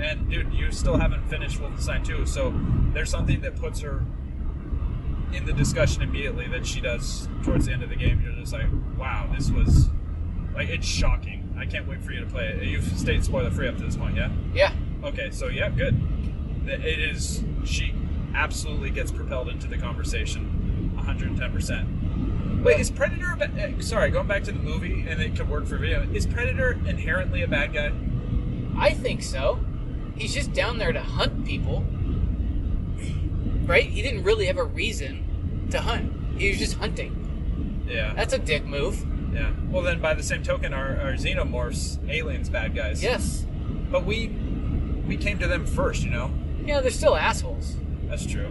S2: And dude, you still haven't finished Wolfenstein 2, so there's something that puts her in the discussion immediately that she does towards the end of the game. You're just like, wow, this was like it's shocking. I can't wait for you to play it. You've stayed spoiler free up to this point, yeah?
S1: Yeah.
S2: Okay, so yeah, good. Th- It is she absolutely gets propelled into the conversation, 110. percent Wait, is Predator? A ba- eh, sorry, going back to the movie, and it could work for video. Is Predator inherently a bad guy?
S1: I think so. He's just down there to hunt people. Right? He didn't really have a reason to hunt. He was just hunting.
S2: Yeah,
S1: That's a dick move.
S2: yeah. Well, then by the same token, are, are xenomorphs aliens bad guys?
S1: Yes.
S2: But we we came to them first, you know.
S1: Yeah, they're still assholes.
S2: That's true.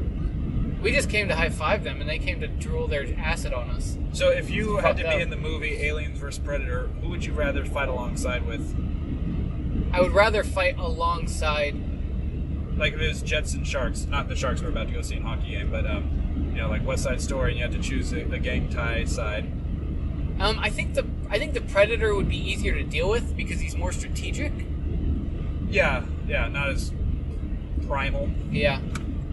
S1: We just came to high five them and they came to drool their acid on us.
S2: So if you had to
S1: fucked
S2: be
S1: up.
S2: in the movie Aliens vs Predator, who would you rather fight alongside with?
S1: I would rather fight alongside.
S2: like if it was Jets and Sharks, not the Sharks we're about to go see in hockey game, but um, you know, like West Side Story, and you had to choose a, a gang tie side.
S1: Um, I think the I think the predator would be easier to deal with because he's more strategic.
S2: Yeah, yeah, not as primal.
S1: Yeah.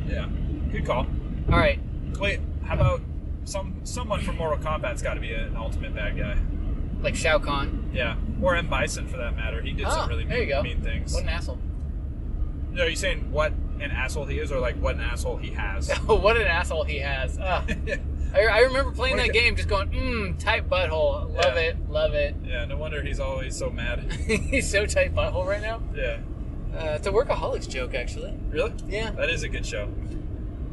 S2: Yeah, good call.
S1: All right.
S2: Wait, how about some someone from Mortal Kombat's got to be an ultimate bad guy?
S1: Like Shao Kahn.
S2: Yeah, or M Bison for that matter. He did
S1: Ah,
S2: some really
S1: there you
S2: mean,
S1: go.
S2: mean things.
S1: What an asshole.
S2: No, are you saying what an asshole he is, or like what an asshole he has?
S1: what an asshole he has. Ah. I, I remember playing
S2: What a
S1: that
S2: g-
S1: game, just going, mmm, tight butthole. Love
S2: Yeah.
S1: it, love it.
S2: yeah, no wonder he's always so mad.
S1: He's so tight butthole right now.
S2: Yeah,
S1: Uh, it's a workaholics joke, actually.
S2: really?
S1: Yeah.
S2: That is a good show.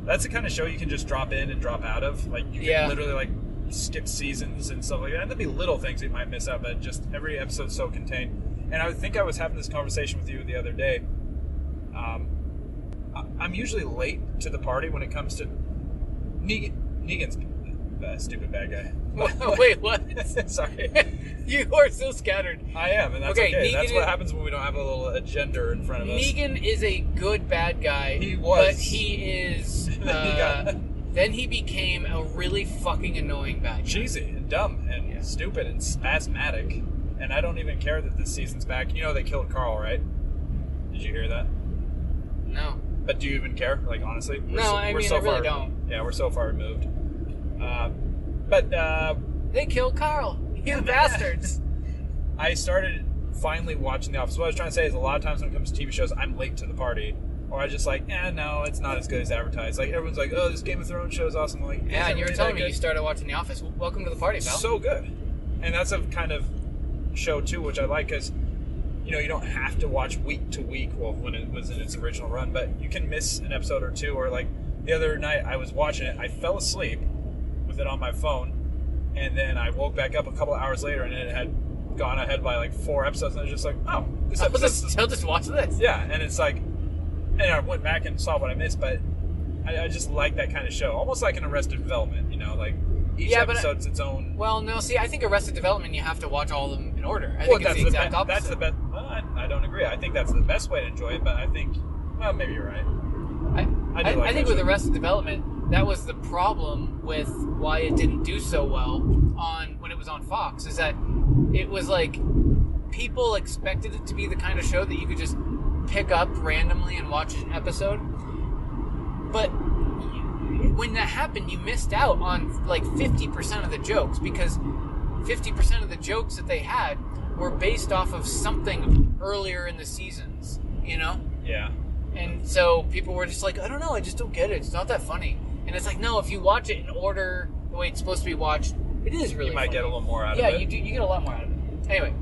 S2: That's the kind of show you can just drop in and drop out of. Like you can
S1: Yeah.
S2: literally like skip seasons and stuff like that. And there'd be little things that you might miss out, but just every episode's so contained. And I think I was having this conversation with you the other day. Um, I- I'm usually late to the party when it comes to Negan. Negan's uh, stupid bad guy.
S1: Wait, what?
S2: Sorry,
S1: you are so scattered.
S2: I am, and that's okay.
S1: Okay, Negan
S2: That's what
S1: is-
S2: happens when we don't have a little agenda in front of us.
S1: Negan is a good bad guy.
S2: He was.
S1: But he is.
S2: Then he
S1: Uh,
S2: got-
S1: then he became a really fucking annoying bad guy.
S2: cheesy and dumb and
S1: Yeah.
S2: stupid and spasmatic. And I don't even care that this season's back. You know they killed Carl, right? Did you hear that?
S1: No.
S2: But do you even care? Like honestly, we're
S1: No, I mean, I really
S2: far,
S1: don't.
S2: Yeah, we're so far removed. Uh, but uh,
S1: They killed Carl. You bastards.
S2: I started finally watching The Office. What I was trying to say is a lot of times when it comes to TV shows, I'm late to the party. Or I just like, eh, no, it's not as good as advertised. Like everyone's like, oh, this Game of Thrones show is awesome. I'm like, is
S1: Yeah,
S2: it
S1: and you were
S2: really
S1: telling
S2: that
S1: me you
S2: good?
S1: started watching The Office. Well, Welcome to the party, pal.
S2: so good and that's a kind of show too which i like because you know you don't have to watch week to week well when it was in its original run but you can miss an episode or two or like the other night i was watching it i fell asleep with it on my phone and then i woke back up a couple hours later and it had gone ahead by like four episodes and i was just like oh this
S1: I'll
S2: episode's
S1: just, I'll just watch this.
S2: yeah, and it's like, and I went back and saw what I missed, but I, I just like that kind of show, almost like an Arrested Development, you know, like each
S1: Yeah, but I-
S2: episode's its own.
S1: Well, no. See, I think Arrested Development, you have to watch all of them in order. I
S2: Well,
S1: think it's the
S2: the
S1: exact
S2: be-
S1: opposite.
S2: that's the best. Well, I, I don't agree. I think that's the best way to enjoy it, but I think, well, maybe you're right.
S1: I,
S2: I
S1: I,
S2: do like
S1: I think
S2: that
S1: with
S2: show.
S1: Arrested Development, that was the problem with why it didn't do so well on when it was on Fox is that it was like people expected it to be the kind of show that you could just pick up randomly and watch an episode. But you- when that happened, you missed out on like 50% of the jokes because 50% of the jokes that they had were based off of something earlier in the seasons, you know?
S2: Yeah.
S1: And so people were just like, I don't know, I just don't get it. It's not that funny. And it's like, no, if you watch it in order the way it's supposed to be watched, it is really
S2: You might
S1: funny.
S2: get a little more out
S1: yeah,
S2: of it.
S1: you do. You get a lot more out of it. Anyway,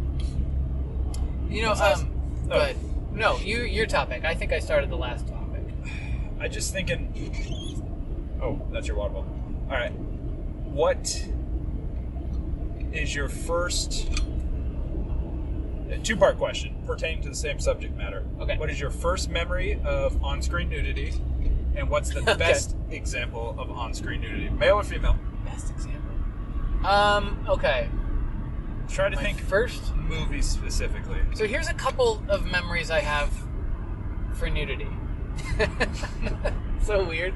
S1: you know,
S2: That's
S1: um,
S2: nice.
S1: but no, you your topic. I think I started the last topic.
S2: I just thinking. Oh, that's your water bottle. All right. What is your first two-part question pertaining to the same subject matter?
S1: Okay.
S2: What is your first memory of on-screen nudity, and what's the
S1: Okay.
S2: best example of on-screen nudity, male or female?
S1: Best example. Um. Okay.
S2: Try to
S1: My
S2: think
S1: first.
S2: movies specifically.
S1: So here's a couple of memories I have for nudity. so weird.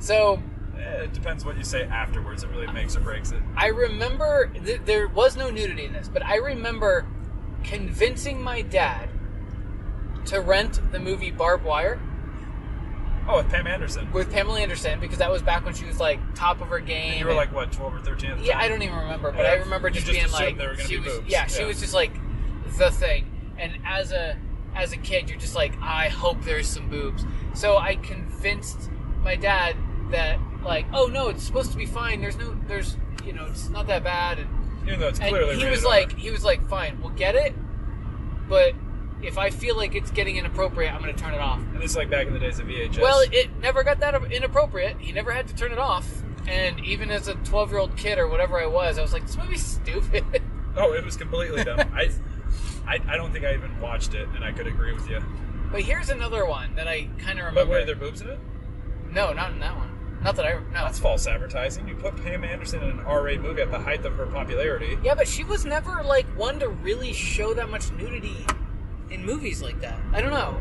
S1: So
S2: Eh, It depends what you say afterwards. It really makes or breaks it.
S1: I remember th- there was no nudity in this, but I remember convincing my dad to rent the movie Barbed Wire
S2: Oh, with Pam Anderson.
S1: with Pamela Anderson because that was back when she was like top of her game.
S2: You were like what, twelve or thirteen at the
S1: yeah,
S2: time?
S1: I don't even remember, but
S2: Yeah.
S1: I remember
S2: You
S1: just,
S2: just
S1: being
S2: assumed
S1: like,
S2: they were gonna
S1: she
S2: be
S1: was,
S2: boobs.
S1: yeah, she
S2: Yeah.
S1: was just like the thing. And as a as a kid, you're just like, I hope there's some boobs. So I convinced my dad that like, oh no, it's supposed to be fine. There's no, there's you know, it's not that bad. And
S2: Even though it's
S1: And
S2: clearly
S1: he
S2: rated
S1: was
S2: R.
S1: like, he was like, fine, we'll get it, but if I feel like it's getting inappropriate, I'm going to turn it off.
S2: And this is like back in the days of VHS.
S1: Well, it never got that inappropriate. He never had to turn it off. And even as a 12 year old kid or whatever I was, I was like, this movie's stupid.
S2: oh, it was completely dumb. I, I, I don't think I even watched it, and I could agree with you.
S1: but here's another one that I kind of remember.
S2: But were there boobs in it?
S1: No, not in that one. Not that I no.
S2: That's false advertising. You put Pam Anderson in an R-rated movie at the height of her popularity.
S1: yeah, but she was never like one to really show that much nudity in movies like that. I don't know.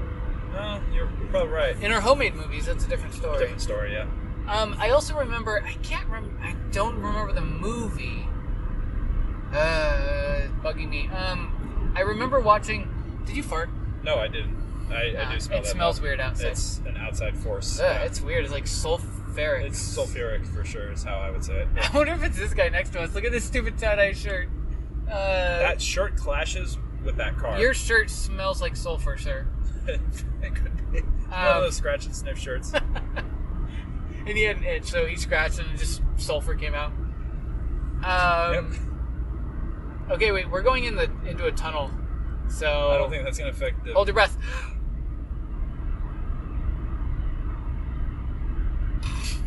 S2: No, you're probably right.
S1: In her homemade movies, that's a different story.
S2: Different story, yeah.
S1: Um, I also remember. I can't remember. I don't remember the movie. Uh, it's bugging me. Um, I remember watching. Did you fart?
S2: No, I didn't. I, I
S1: Uh,
S2: do smell
S1: it
S2: that.
S1: smells
S2: though.
S1: weird outside.
S2: It's an outside force.
S1: Ugh,
S2: yeah.
S1: It's weird. It's like sulfuric.
S2: It's sulfuric for sure. Is how I would say it.
S1: I wonder if it's this guy next to us. Look at this stupid tie dye shirt. Uh,
S2: That shirt clashes with that car.
S1: your shirt smells like sulfur, sir.
S2: it could be one
S1: Um,
S2: of those scratch and sniff shirts.
S1: And he had an itch, so he scratched and just sulfur came out. Um, Okay, wait. We're going in the into a tunnel, so
S2: I don't think that's gonna affect the.
S1: Hold your breath.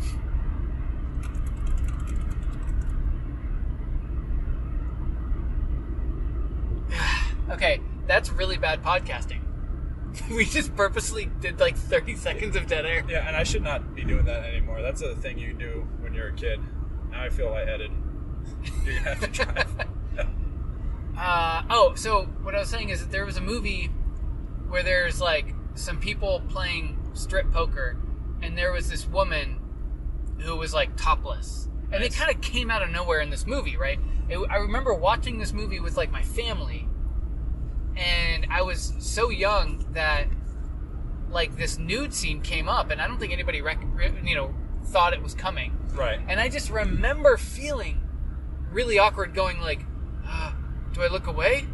S1: okay, that's really bad podcasting. we just purposely did like 30 seconds of dead air.
S2: Yeah, and I should not be doing that anymore. That's a thing you do when you're a kid. Now I feel lightheaded. You're gonna have to drive.
S1: Uh, oh, so what I was saying is that there was a movie where there's like some people playing strip poker, and there was this woman who was like topless, and it
S2: Nice.
S1: kind of came out of nowhere in this movie, right? It, I remember watching this movie with like my family, and I was so young that like this nude scene came up, and I don't think anybody rec- re- you know thought it was coming.
S2: right.
S1: And I just remember feeling really awkward, going like, uh, "Do I look away?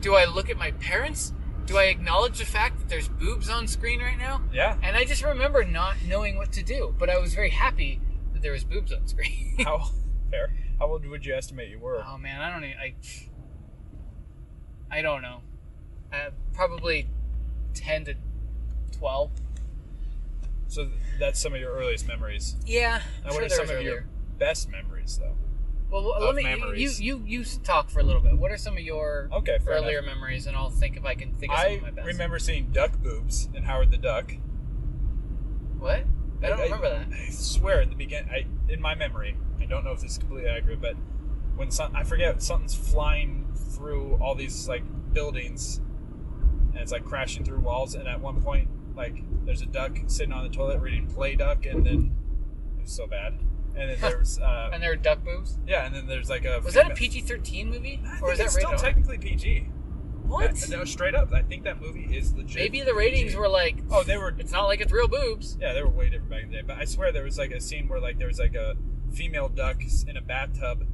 S1: Do I look at my parents? Do I acknowledge the fact that there's boobs on screen right now?"
S2: Yeah.
S1: And I just remember not knowing what to do, but I was very happy that there was boobs on screen.
S2: How fair? How old would you estimate you were?
S1: oh man, I don't even, I, I don't know. Uh, probably ten to twelve.
S2: So th- that's some of your earliest memories.
S1: Yeah, I'm
S2: Now,
S1: sure
S2: what are
S1: there
S2: some
S1: was
S2: of your
S1: earlier.
S2: best memories, though?
S1: Well, well,
S2: of
S1: let me. You,
S2: memories?
S1: you you talk for a little bit. What are some of your
S2: Okay, fair
S1: earlier
S2: enough.
S1: memories, and I'll think if I can think of some
S2: I
S1: of my best.
S2: remember seeing duck boobs in Howard the Duck.
S1: what? I don't remember that.
S2: I swear at the beginning, I in my memory, I don't know if this is completely accurate, but when some, I forget something's flying through all these like buildings, and it's like crashing through walls. And at one point, like there's a duck sitting on the toilet reading Play Duck, and then was so bad. And then there's uh,
S1: And there are duck boobs.
S2: yeah, and then there's like a
S1: Was that a
S2: famous-
S1: PG thirteen movie, or
S2: I think
S1: is that
S2: it's
S1: rated
S2: still
S1: R?
S2: technically PG?
S1: What?
S2: No, straight up. I think that movie is legit.
S1: Maybe the ratings
S2: PG.
S1: were like,
S2: Oh, they were.
S1: it's not like it's real boobs.
S2: Yeah, they were way different back in the day. But I swear there was like a scene where like there was like a female duck s- in a bathtub,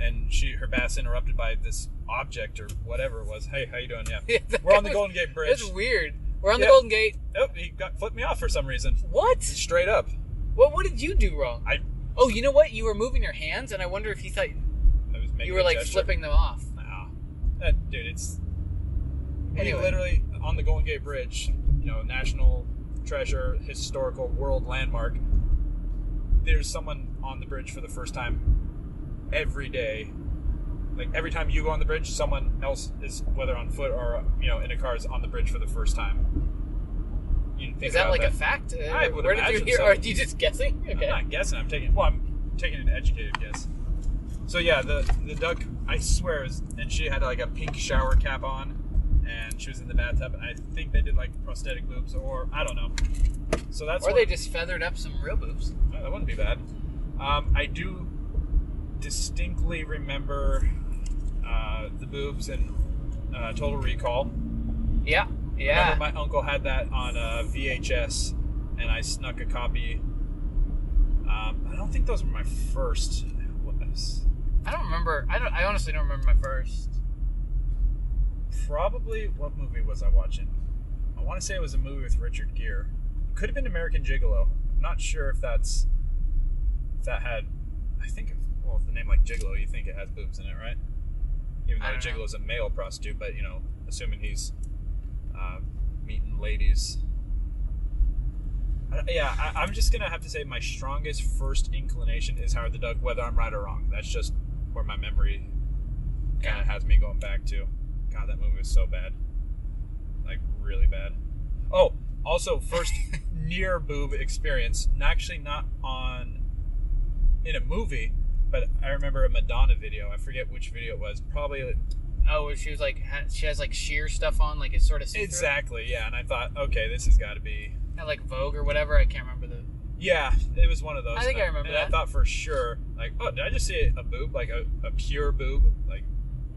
S2: and she her bath's interrupted by this object or whatever it was. Hey, how you doing? Yeah,
S1: Yeah, that
S2: we're on the
S1: was-
S2: Golden Gate Bridge.
S1: That's weird. We're on
S2: Yeah.
S1: the Golden Gate.
S2: Oh, he got flipped me off for some reason.
S1: What?
S2: Straight up.
S1: What? What did you do wrong?
S2: I
S1: Oh, you know what? You were moving your hands, and I wonder if he thought
S2: I was making
S1: you were
S2: a
S1: like
S2: gesture.
S1: flipping them off.
S2: Nah. That- dude, it's we
S1: Anyway.
S2: literally on the Golden Gate Bridge, you know, national treasure, historical world landmark. There's someone on the bridge for the first time every day. Like every time you go on the bridge, someone else is whether on foot or you know in a car is on the bridge for the first time. You think
S1: Is that
S2: about
S1: like a fact? Uh,
S2: I would
S1: Where did you
S2: imagine
S1: hear?
S2: so.
S1: Or are you just guessing? Okay.
S2: I'm not guessing. I'm taking. Well, I'm taking an educated guess. So yeah, the the duck. I swear, is and she had like a pink shower cap on, and she was in the bathtub. And I think they did like prosthetic boobs, or I don't know. So that's
S1: or
S2: what-
S1: they just feathered up some real boobs.
S2: no, that wouldn't be bad. Um, I do distinctly remember uh, the boobs in uh, Total Recall.
S1: Yeah.
S2: Remember
S1: Yeah.
S2: my uncle had that on uh, VHS, and I snuck a copy. Um, I don't think those were my first. What was-
S1: I don't remember. I don't. I honestly don't remember my first.
S2: Probably what movie was I watching? I want to say it was a movie with Richard Gere. It could have been American Gigolo. I'm not sure if that's if that had. I think if, well, if the name like Gigolo, you think it has boobs in it, right? Even though
S1: I
S2: a
S1: don't know.
S2: Gigolo is a male prostitute, but you know, assuming he's uh, meeting ladies. I don't- Yeah, I, I'm just gonna have to say my strongest first inclination is Howard the Duck, whether I'm right or wrong. That's just where my memory kind of has me going back to. God, that movie was so bad, like really bad. Oh, also first near boob experience, and actually not on in a movie, but I remember a Madonna video. I forget which video it was. Probably
S1: Oh, where she was like, ha- she has like sheer stuff on, like it's sort of see-through.
S2: exactly, yeah. And I thought, okay, this has got to be
S1: Kinda like Vogue or whatever. I can't remember the.
S2: Yeah, it was one of those.
S1: I think
S2: And
S1: I remember
S2: And I
S1: that.
S2: thought for sure, like, oh, did I just see a boob, like a, a pure boob, like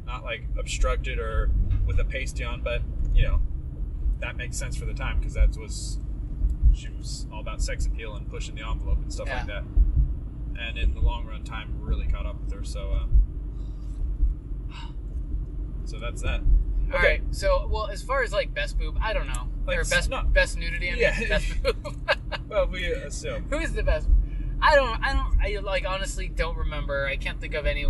S2: not like obstructed or with a pasty on, but you know, that makes sense for the time because that was she was all about sex appeal and pushing the envelope and stuff like
S1: Yeah.
S2: that. And in the long run, time really caught up with her. So, uh, so that's that.
S1: All right. So, well, as far as like best boob, I don't know.
S2: Like,
S1: or best
S2: not-
S1: best nudity. I mean,
S2: Yeah.
S1: Best boob.
S2: Well, we uh, assume.
S1: Who is the best? I don't. I don't. I like honestly don't remember. I can't think of any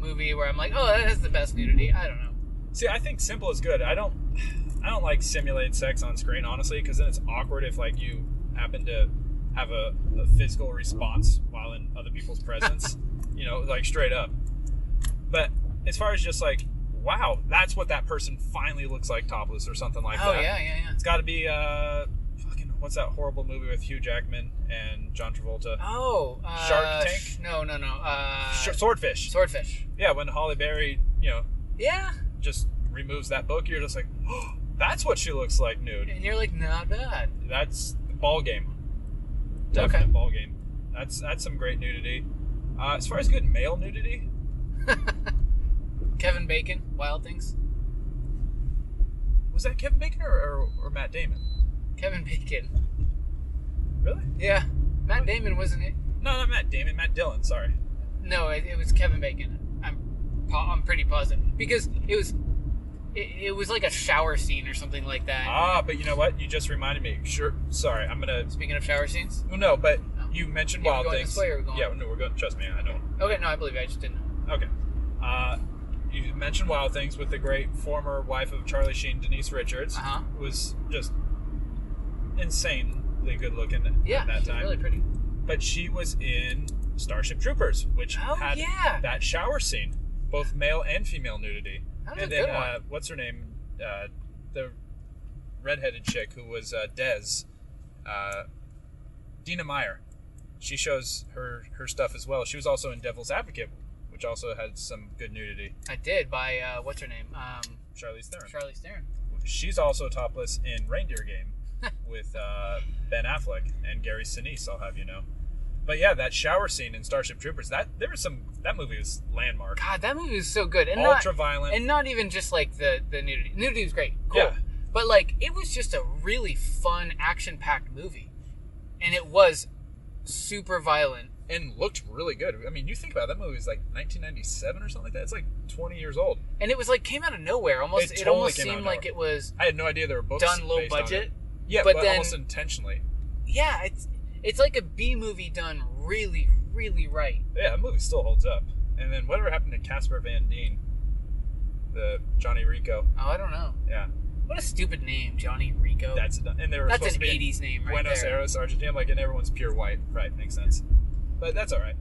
S1: movie where I'm like, oh, that has the best nudity. I don't know.
S2: See, I think simple is good. I don't, I don't like simulate sex on screen, honestly, because then it's awkward if like you happen to have a, a physical response while in other people's presence, you know, like straight up. But as far as just like, wow, that's what that person finally looks like topless or something like
S1: oh
S2: that.
S1: yeah, yeah, yeah.
S2: it's got to be uh, fucking what's that horrible movie with Hugh Jackman and John Travolta?
S1: Oh, uh,
S2: Shark Tank?
S1: sh- no, no, no. Uh,
S2: Sh- Swordfish.
S1: swordfish.
S2: yeah, when Holly Berry, you know,
S1: Yeah,
S2: just removes that book, you're just like, oh, that's what she looks like nude.
S1: and you're like, not bad.
S2: that's the ball game.
S1: Okay.
S2: Definite ball game. That's that's some great nudity. Uh, as far as good male nudity,
S1: Kevin Bacon, Wild Things.
S2: was that Kevin Bacon or, or, or Matt Damon?
S1: Kevin Bacon.
S2: Really?
S1: Yeah, Matt Damon wasn't it?
S2: No, not Matt Damon. Matt Dillon. Sorry.
S1: No, it, it was Kevin Bacon. I'm, po- I'm pretty positive because it was, it, it was like a shower scene or something like that.
S2: Ah, but you know what? You just reminded me. Sure. Sorry, I'm gonna.
S1: Speaking of shower scenes.
S2: Well, no, but
S1: No.
S2: you mentioned
S1: Yeah, we're
S2: Wild
S1: going this
S2: Things.
S1: way or we're going-
S2: yeah, no, we're going. Trust me, I know.
S1: Okay, no, I believe you. I just didn't. know.
S2: Okay. Uh, you mentioned Wild Things with the great former wife of Charlie Sheen, Denise Richards,
S1: Uh-huh.
S2: who was just insanely good looking at
S1: Yeah,
S2: that
S1: she's
S2: time.
S1: really pretty.
S2: but she was in Starship Troopers, which
S1: Oh,
S2: had
S1: yeah.
S2: that shower scene, both male and female nudity.
S1: That was
S2: and
S1: a
S2: then
S1: good one.
S2: uh, what's her name? Uh, the redheaded chick who was uh, Dez, uh, Dina Meyer. She shows her her stuff as well. She was also in Devil's Advocate, which also had some good nudity.
S1: I did by uh, what's her name? Um,
S2: Charlize Theron.
S1: Charlize Theron.
S2: She's also topless in Reindeer Game with uh, Ben Affleck and Gary Sinise. I'll have you know. But yeah, that shower scene in Starship Troopers, that there was some that movie was landmark.
S1: God, that movie was so good. And
S2: Ultra
S1: not,
S2: violent.
S1: and not even just like the the nudity. Nudity was great, cool.
S2: Yeah.
S1: But like it was just a really fun action packed movie, and it was super violent.
S2: and looked really good. I mean, you think about it, that movie was like 1997 or something like that. It's like 20 years old.
S1: And it was like came out of nowhere. Almost,
S2: It
S1: it,
S2: totally
S1: almost
S2: came out of
S1: seemed like
S2: nowhere.
S1: it was
S2: I had no idea there were books
S1: done low
S2: based on it.
S1: budget.
S2: Yeah,
S1: but
S2: but,
S1: then-
S2: almost intentionally.
S1: Yeah, it's it's like a B movie done really, really right.
S2: Yeah, that movie still holds up. And then whatever happened to Casper Van Dien, the Johnny Rico?
S1: Oh, I don't know.
S2: Yeah,
S1: What a stupid name, Johnny Rico.
S2: that's and they were
S1: Oh. That's
S2: supposed
S1: an
S2: to be in
S1: 80s name right
S2: Buenos
S1: there.
S2: Aires, Argentina. Like, and everyone's pure white. Right, makes sense. But that's all right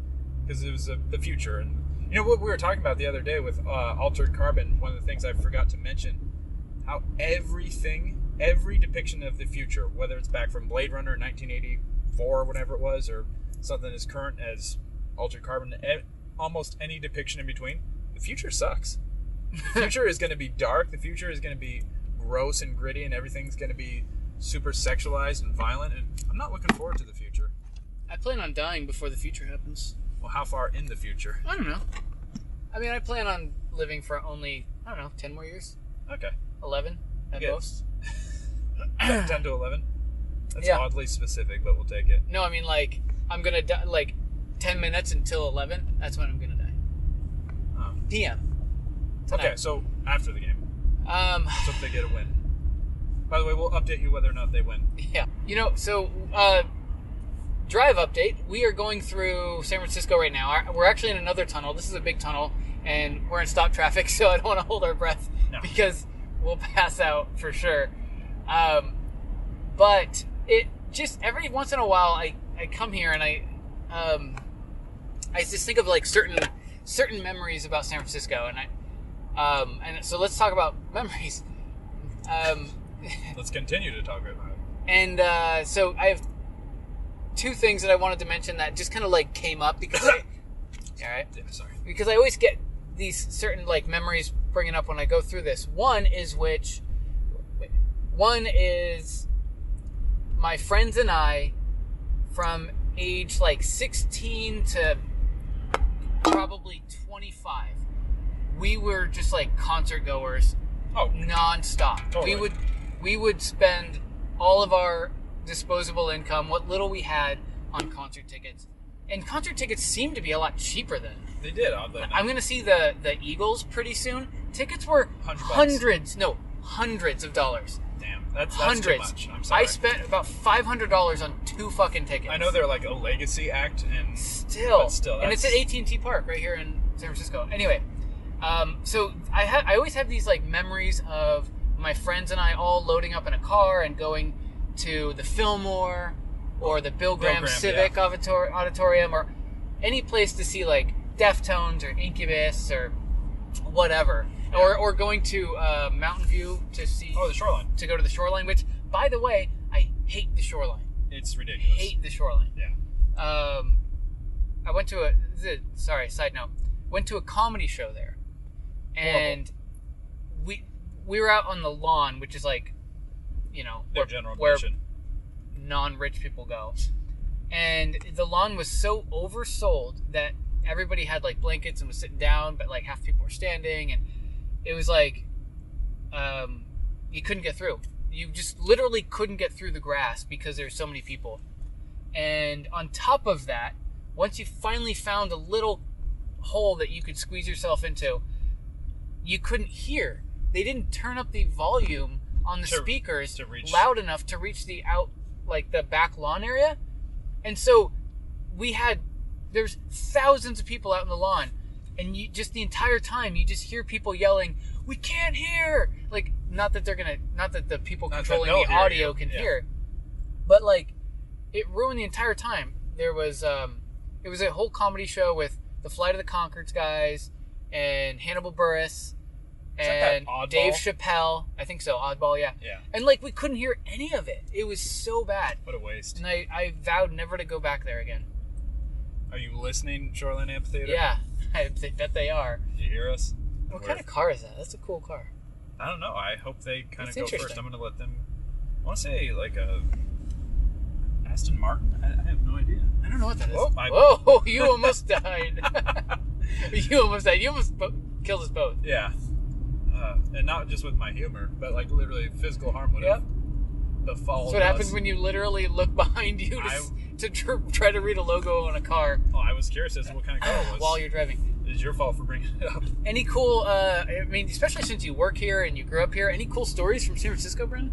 S2: because it was uh the future. And you know what we were talking about the other day with uh, altered carbon. One of the things I forgot to mention how everything, every depiction of the future, whether it's back from Blade Runner in 1984 or whatever it was, or something as current as altered carbon, e- almost any depiction in between, the future sucks. The future is going to be dark. The future is going to be gross and gritty, and everything's going to be super sexualized and violent. And I'm not looking forward to the future.
S1: I plan on dying before the future happens.
S2: Well, how far in the future?
S1: I don't know. I mean, I plan on living for only I don't know, ten more years,
S2: Okay,
S1: eleven at
S2: Okay.
S1: most.
S2: 10 to 11. That's
S1: Yeah.
S2: oddly specific, but we'll take it.
S1: No, I mean like I'm gonna die like ten minutes until eleven. That's when I'm gonna die.
S2: Oh.
S1: PM.
S2: Okay,
S1: Tonight.
S2: so after the game.
S1: Um.
S2: So if they get a win. By the way, we'll update you whether or not they win.
S1: Yeah. You know, so uh, drive update. We are going through San Francisco right now. Our- We're actually in another tunnel. This is a big tunnel, and we're in stop traffic, so I don't want to hold our breath
S2: No.
S1: because we'll pass out for sure. Um, but it just every once in a while, I, I come here and I um, I just think of like certain certain memories about San Francisco, and I um, and so let's talk about memories. Um,
S2: Let's continue to talk about it.
S1: and uh, so I have two things that I wanted to mention that just kind of like came up because I, all right,
S2: Yeah, sorry.
S1: because I always get these certain like memories bringing up when I go through this. One is which, one is my friends and I from age like 16 to probably 25. We were just like concert goers
S2: Oh,
S1: Mm. nonstop.
S2: Totally.
S1: We would we would spend all of our disposable income, what little we had, on concert tickets. And concert tickets seemed to be a lot cheaper then.
S2: they did, oddly enough.
S1: I'm gonna see the the Eagles pretty soon. Tickets were
S2: 100 bucks.
S1: hundreds, no, hundreds of dollars.
S2: Damn, that's, that's too
S1: Hundreds.
S2: much. I'm sorry.
S1: I spent about five hundred dollars on two fucking tickets.
S2: I know they're like a legacy act, and
S1: still,
S2: But still,
S1: and it's at
S2: that's-
S1: AT and T Park right here in San Francisco. Anyway, um, so I ha- I always have these like memories of my friends and I all loading up in a car and going to the Fillmore or the Bill Graham,
S2: Graham,
S1: Civic
S2: yeah.
S1: Auditor- Auditorium or any place to see like Deftones or Incubus or whatever, or or going to uh, Mountain View to see
S2: oh, the shoreline.
S1: to go to the Shoreline. Which, by the way, I hate the Shoreline.
S2: It's ridiculous.
S1: Hate the Shoreline.
S2: Yeah.
S1: Um, I went to a th- sorry side note. Went to a comedy show there, and we we were out on the lawn, which is like, you know,
S2: Their
S1: where-
S2: general
S1: where
S2: admission.
S1: non-rich people go, and the lawn was so oversold that everybody had like blankets and was sitting down, but like half people were standing, and it was like, um, you couldn't get through. You just literally couldn't get through the grass because there's so many people. And on top of that, once you finally found a little hole that you could squeeze yourself into, you couldn't hear. They didn't turn up the volume on the
S2: To-
S1: speakers
S2: to reach-
S1: loud enough to reach the out, like the back lawn area. And so we had, there's thousands of people out in the lawn. And you just the entire time, you just hear people yelling, We can't hear! Like, not that they're gonna, not that the people
S2: Not that
S1: controlling
S2: they'll
S1: the
S2: hear you,
S1: audio can
S2: yeah.
S1: hear. But like, it ruined the entire time. There was um, it was a whole comedy show with the Flight of the Concords guys and Hannibal Burris
S2: Is that that
S1: and
S2: Oddball?
S1: Dave Chappelle. I think so. Oddball, yeah.
S2: Yeah,
S1: And like we couldn't hear any of it. It was so bad,
S2: what a waste.
S1: and I, I vowed never to go back there again.
S2: Are you listening, Shoreline Amphitheater?
S1: Yeah, I bet they are.
S2: Did you hear us?
S1: What
S2: We're-
S1: kind of car is that? That's a cool car.
S2: I don't know. I hope they kind
S1: That's
S2: of go
S1: interesting.
S2: first. I'm going to let them. I want to say like a. I uh, Aston Martin? I, I have no idea.
S1: I don't know what that is.
S2: Oh, my-
S1: Whoa, you almost died. you almost died. You almost bo- killed us both.
S2: Yeah. Uh, and not just with my humor, but like literally physical harm would have
S1: Yep.
S2: befallen
S1: That's what happens
S2: us.
S1: when you literally look behind you to, s to tr- try to read a logo on a car
S2: Oh, I was curious as to what kind of car it was.
S1: while you're driving.
S2: it's your fault for bringing it up.
S1: Any cool? Uh, I mean, especially since you work here and you grew up here. Any cool stories from San Francisco, Brown?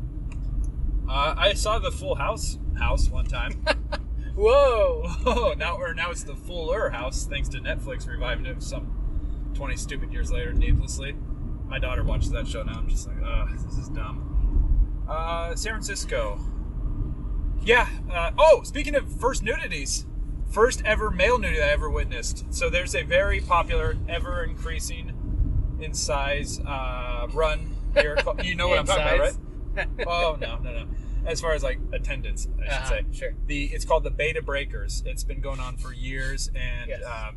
S2: Uh, I saw the Full House house one time.
S1: Whoa!
S2: oh, now or now it's the Fuller House, thanks to Netflix reviving it some twenty stupid years later, needlessly. My daughter watches that show now. I'm just like, ugh, this is dumb. Uh, San Francisco. Yeah. Uh, oh, speaking of first nudities, first ever male nudity I ever witnessed. So there's a very popular, ever increasing in size uh, run here. called- You know what I'm talking about, right? oh no, no, no. As far as like attendance, I should
S1: Uh-huh,
S2: say.
S1: sure.
S2: The it's called the Beta Breakers. It's been going on for years, and
S1: Yes.
S2: um,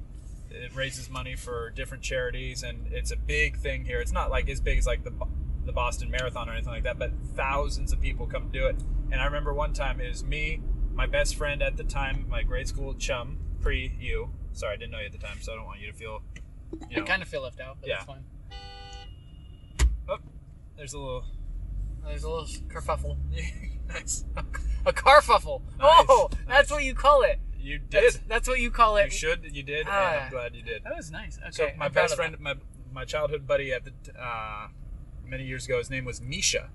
S2: it raises money for different charities, and it's a big thing here. It's not like as big as like the Bo- the Boston Marathon or anything like that, but thousands of people come do it. And I remember one time it was me, my best friend at the time, my grade school chum, pre you. Sorry, I didn't know you at the time, so I don't want you to feel. You
S1: I
S2: know,
S1: kind of feel left out, but
S2: Yeah.
S1: that's fine.
S2: there's a little.
S1: Oh, There's a little kerfuffle.
S2: nice.
S1: A carfuffle.
S2: Nice,
S1: Oh,
S2: nice.
S1: that's what you call it.
S2: You did.
S1: That's, that's what you call it.
S2: You should. You did. and
S1: Ah.
S2: I'm glad you did.
S1: That was nice. Okay.
S2: So my
S1: I'm proud
S2: best
S1: of
S2: friend,
S1: that.
S2: my my childhood buddy at the t- uh, many years ago, his name was Misha.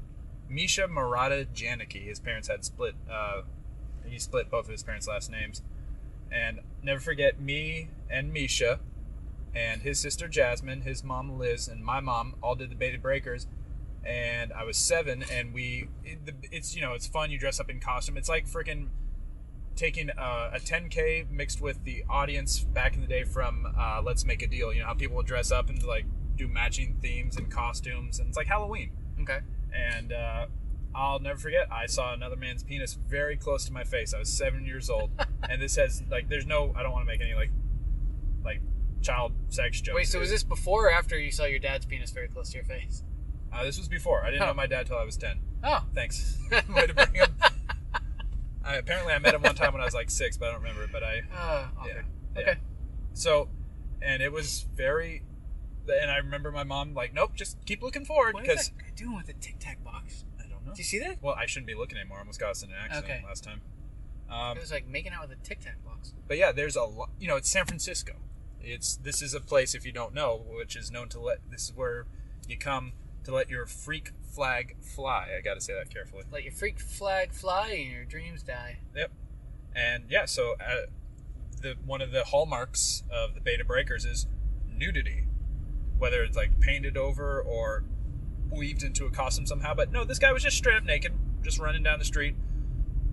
S2: Misha Murata Janicki. His parents had split. Uh, he split both of his parents' last names, and never forget me and Misha, and his sister Jasmine, his mom Liz, and my mom all did the Beta Breakers. And I was seven, and we it, the, it's you know it's fun. You dress up in costume. It's like freaking taking uh, a 10k mixed with the audience back in the day from uh, let's make a deal you know how people would dress up and like do matching themes and costumes and it's like halloween
S1: Okay.
S2: and uh, i'll never forget i saw another man's penis very close to my face i was seven years old and this has like there's no i don't want to make any like like child sex jokes
S1: Wait, so was this before or after you saw your dad's penis very close to your face?
S2: uh, this was before i didn't know
S1: Huh.
S2: my dad till i was 10
S1: Oh.
S2: thanks way to bring him I, apparently i met him one time when i was like six but i don't remember it but i
S1: Uh,
S2: Yeah.
S1: awkward.
S2: Yeah.
S1: Okay.
S2: So, and it was very, and I remember my mom like, nope, just keep looking forward
S1: What is
S2: because
S1: that guy doing with the Tic Tac box?
S2: I don't know.
S1: Do you see that?
S2: Well, I shouldn't be looking anymore. I almost got us in an accident
S1: Okay.
S2: last time. Um,
S1: It was like making out with a Tic Tac box.
S2: but yeah, there's a lot. You know, it's San Francisco. It's this is a place if you don't know, which is known to let. This is where you come to let your freak flag fly. I got to say that carefully.
S1: Let your freak flag fly and your dreams die.
S2: Yep. And yeah, so uh, the one of the hallmarks of the Beta Breakers is nudity, whether it's like painted over or weaved into a costume somehow. But no, this guy was just straight up naked, just running down the street,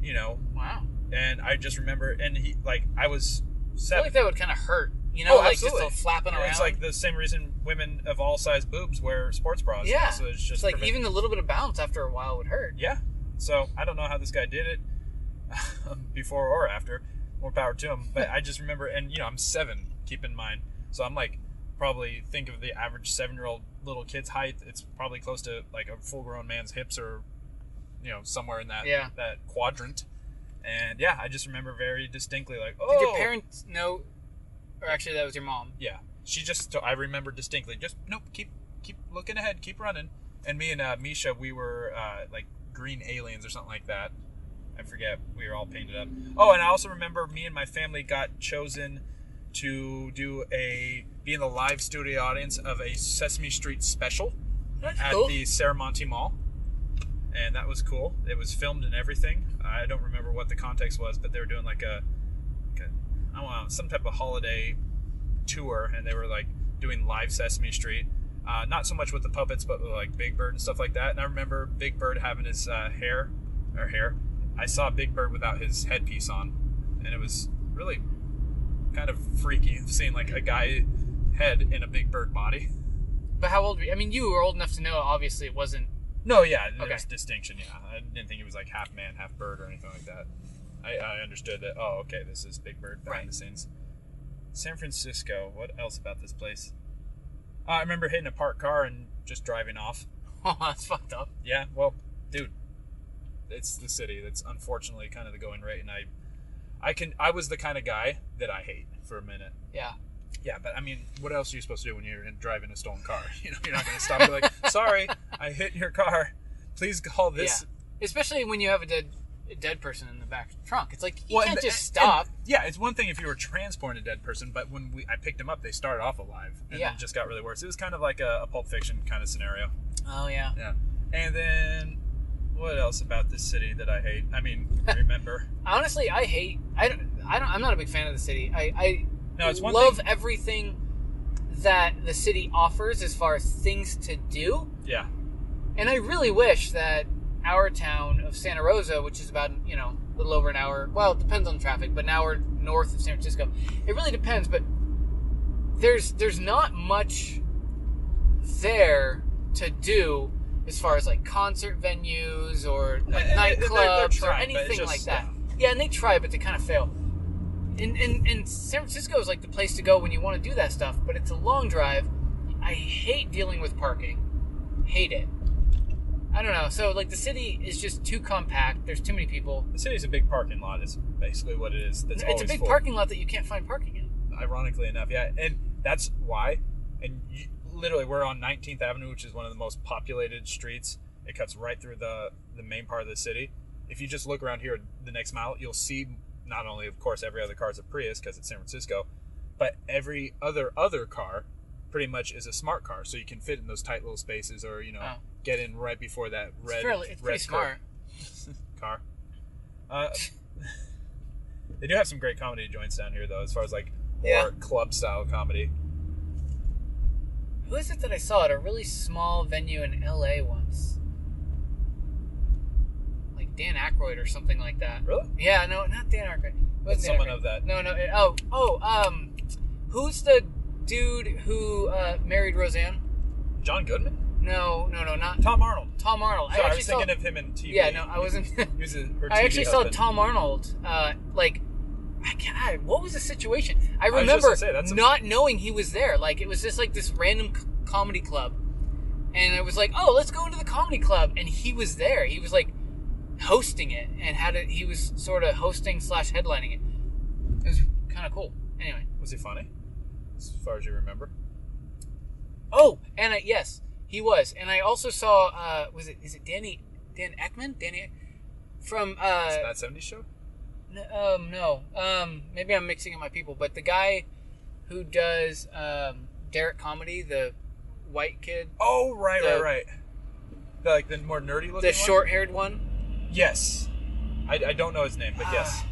S2: you know.
S1: Wow.
S2: And I just remember, and he like I
S1: I
S2: was
S1: feel
S2: seven.
S1: like that would kind of hurt. You know,
S2: Oh,
S1: like just
S2: absolutely.
S1: a flapping
S2: And
S1: around.
S2: It's like the same reason women of all size boobs wear sports bras.
S1: Yeah.
S2: So it's just
S1: It's like
S2: prevent-
S1: even a little bit of bounce after a while would hurt.
S2: yeah. So I don't know how this guy did it before or after. More power to him. But I just remember, and you know, I'm seven. Keep in mind, so I'm like probably think of the average seven-year-old little kid's height. It's probably close to like a full-grown man's hips, or you know, somewhere in that
S1: Yeah.
S2: that quadrant. And yeah, I just remember very distinctly, like, oh,
S1: Did your parents know? Or actually, that was your mom.
S2: Um, yeah, she just. I remember distinctly. Just nope. Keep keep looking ahead. Keep running. And me and uh, Misha, we were uh, like green aliens or something like that. I forget. We were all painted up. Oh, and I also remember me and my family got chosen to do a be in the live studio audience of a Sesame Street special
S1: That's
S2: at
S1: cool.
S2: the Saramonte Mall. And that was cool. It was filmed and everything. I don't remember what the context was, but they were doing like a, like a I don't know, some type of holiday tour, and they were like doing live Sesame Street. Uh, not so much with the puppets, but with like Big Bird and stuff like that. And I remember Big Bird having his uh, hair, or hair. I saw Big Bird without his headpiece on, and it was really kind of freaky seeing like a guy head in a Big Bird body.
S1: But how old were you? I mean, you were old enough to know. Obviously, it wasn't.
S2: No, yeah,
S1: Okay.
S2: there's distinction. Yeah, I didn't think it was like half man, half bird, or anything like that. I, I understood that. Oh, okay, this is Big Bird behind
S1: Right.
S2: the scenes. San Francisco. What else about this place? Uh, I remember hitting a parked car and just driving off.
S1: Oh, that's fucked up.
S2: Yeah, well, dude, it's the city that's unfortunately kind of the going rate. And I, I can I was the kind of guy that I hate for a minute.
S1: Yeah.
S2: Yeah, but I mean, what else are you supposed to do when you're in, driving a stolen car? You know, you're not going to stop and be like, "Sorry, I hit your car. Please call this."
S1: Especially when you have a dead a dead person in the back trunk. It's like you
S2: Well,
S1: can't
S2: and-
S1: just
S2: and-
S1: stop.
S2: Yeah, it's one thing if you were transporting a dead person, but when we I picked them up, they started off alive and
S1: Yeah.
S2: then just got really worse. It was kind of like a, a Pulp Fiction kind of scenario.
S1: oh yeah.
S2: Yeah. And then what else about this city that I hate? I mean, remember?
S1: Honestly, I hate. I don't. I don't. I'm not a big fan of the city. I. I
S2: No, it's one
S1: love
S2: thing.
S1: everything that the city offers as far as things to do.
S2: Yeah.
S1: And I really wish that our town of Santa Rosa, which is about, you know, a little over an hour, well, it depends on traffic, but an hour north of San Francisco. It really depends, but there's there's not much there to do as far as like concert venues or like
S2: And- and- and they're- they're
S1: nightclubs or
S2: trying, but it's
S1: anything
S2: just-
S1: like that. Yeah, and they try, but they kind of fail. And, and, and San Francisco is like the place to go when you want to do that stuff, but it's a long drive. I hate dealing with parking. Hate it. I don't know. So like the city is just too compact. There's too many people.
S2: The city's a big parking lot. Is basically what it is. That's
S1: It's,
S2: always
S1: a big
S2: full.
S1: parking lot that you can't find parking in.
S2: Ironically enough, yeah, and that's why. And you, literally, we're on 19th Avenue, which is one of the most populated streets. It cuts right through the the main part of the city. If you just look around here, the next mile, you'll see not only, of course, every other car is a Prius because it's San Francisco, but every other other car pretty much is a smart car, so you can fit in those tight little spaces, or you know,
S1: Oh.
S2: get in right before that red
S1: it's fairly, it's
S2: red
S1: pretty smart.
S2: curve car. Uh, they do have some great comedy joints down here, though, as far as like
S1: Yeah.
S2: more club style comedy.
S1: Who is it that I saw at a really small venue in L.A. once? Like Dan Aykroyd or something like that.
S2: Really?
S1: Yeah, no, not Dan Aykroyd. It wasn't Dan
S2: Someone
S1: Aykroyd.
S2: of that.
S1: No, no. it- oh, oh. Um, who's the dude who uh, married Roseanne?
S2: John Goodman?
S1: No, no, no, not
S2: Tom Arnold.
S1: Tom Arnold.
S2: Sorry, I,
S1: actually
S2: was thinking
S1: saw,
S2: of him in TV.
S1: Yeah, no, I wasn't.
S2: He was a, her
S1: I
S2: TV
S1: actually
S2: husband.
S1: saw Tom Arnold. Uh, like, I can't. What was the situation? I
S2: was just
S1: remember
S2: gonna say, that's a-
S1: not knowing he was there. Like, it was just like this random c- comedy club, and I was like, "Oh, let's go into the comedy club," and he was there. He was like hosting it, and had it. He was sort of hosting slash headlining it. It was kind of cool. Anyway,
S2: Was he funny? As far as you remember.
S1: oh, and I, yes, he was, and I also saw. Uh, was it is it Danny Dan Ekman? Danny E, from uh,
S2: Is that 70s show?
S1: N- Um, no. Um, maybe I'm mixing up my people, but the guy who does um, Derek comedy, the white kid,
S2: Oh, right,
S1: The-
S2: right, right. The, like Oh, the more nerdy looking
S1: the short-haired one.
S2: one? Yes. I, I don't know his name, but yes.
S1: Ah.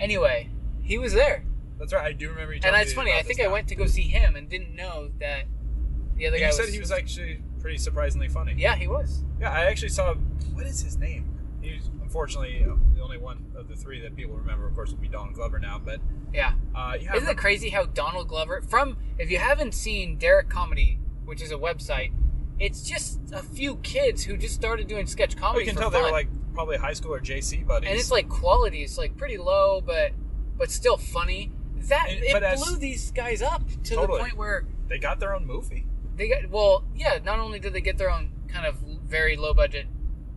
S1: Anyway, he was there,
S2: That's right. I do remember you
S1: and
S2: telling
S1: it's
S2: me
S1: funny.
S2: about
S1: I
S2: this
S1: think I
S2: now.
S1: went to go see him and didn't know that the other
S2: And
S1: guy was.
S2: you said he was actually pretty surprisingly funny.
S1: Yeah, he was.
S2: Yeah, I actually saw. What is his name? He's unfortunately the only one of the three that people remember. Of course, would be Donald Glover now. But
S1: Yeah.
S2: uh, yeah, I
S1: Isn't it
S2: remember-
S1: crazy how Donald Glover from if you haven't seen Derek Comedy, which is a website, it's just a few kids who just started doing sketch
S2: oh,
S1: comedy.
S2: you can
S1: for
S2: tell they were
S1: fun.
S2: like probably high school or JC buddies.
S1: and it's like quality it's like pretty low but but still funny that
S2: And-
S1: it
S2: but as-
S1: blew these guys up to
S2: Totally.
S1: the point where
S2: they got their own movie.
S1: they got well yeah not only did they get their own kind of very low budget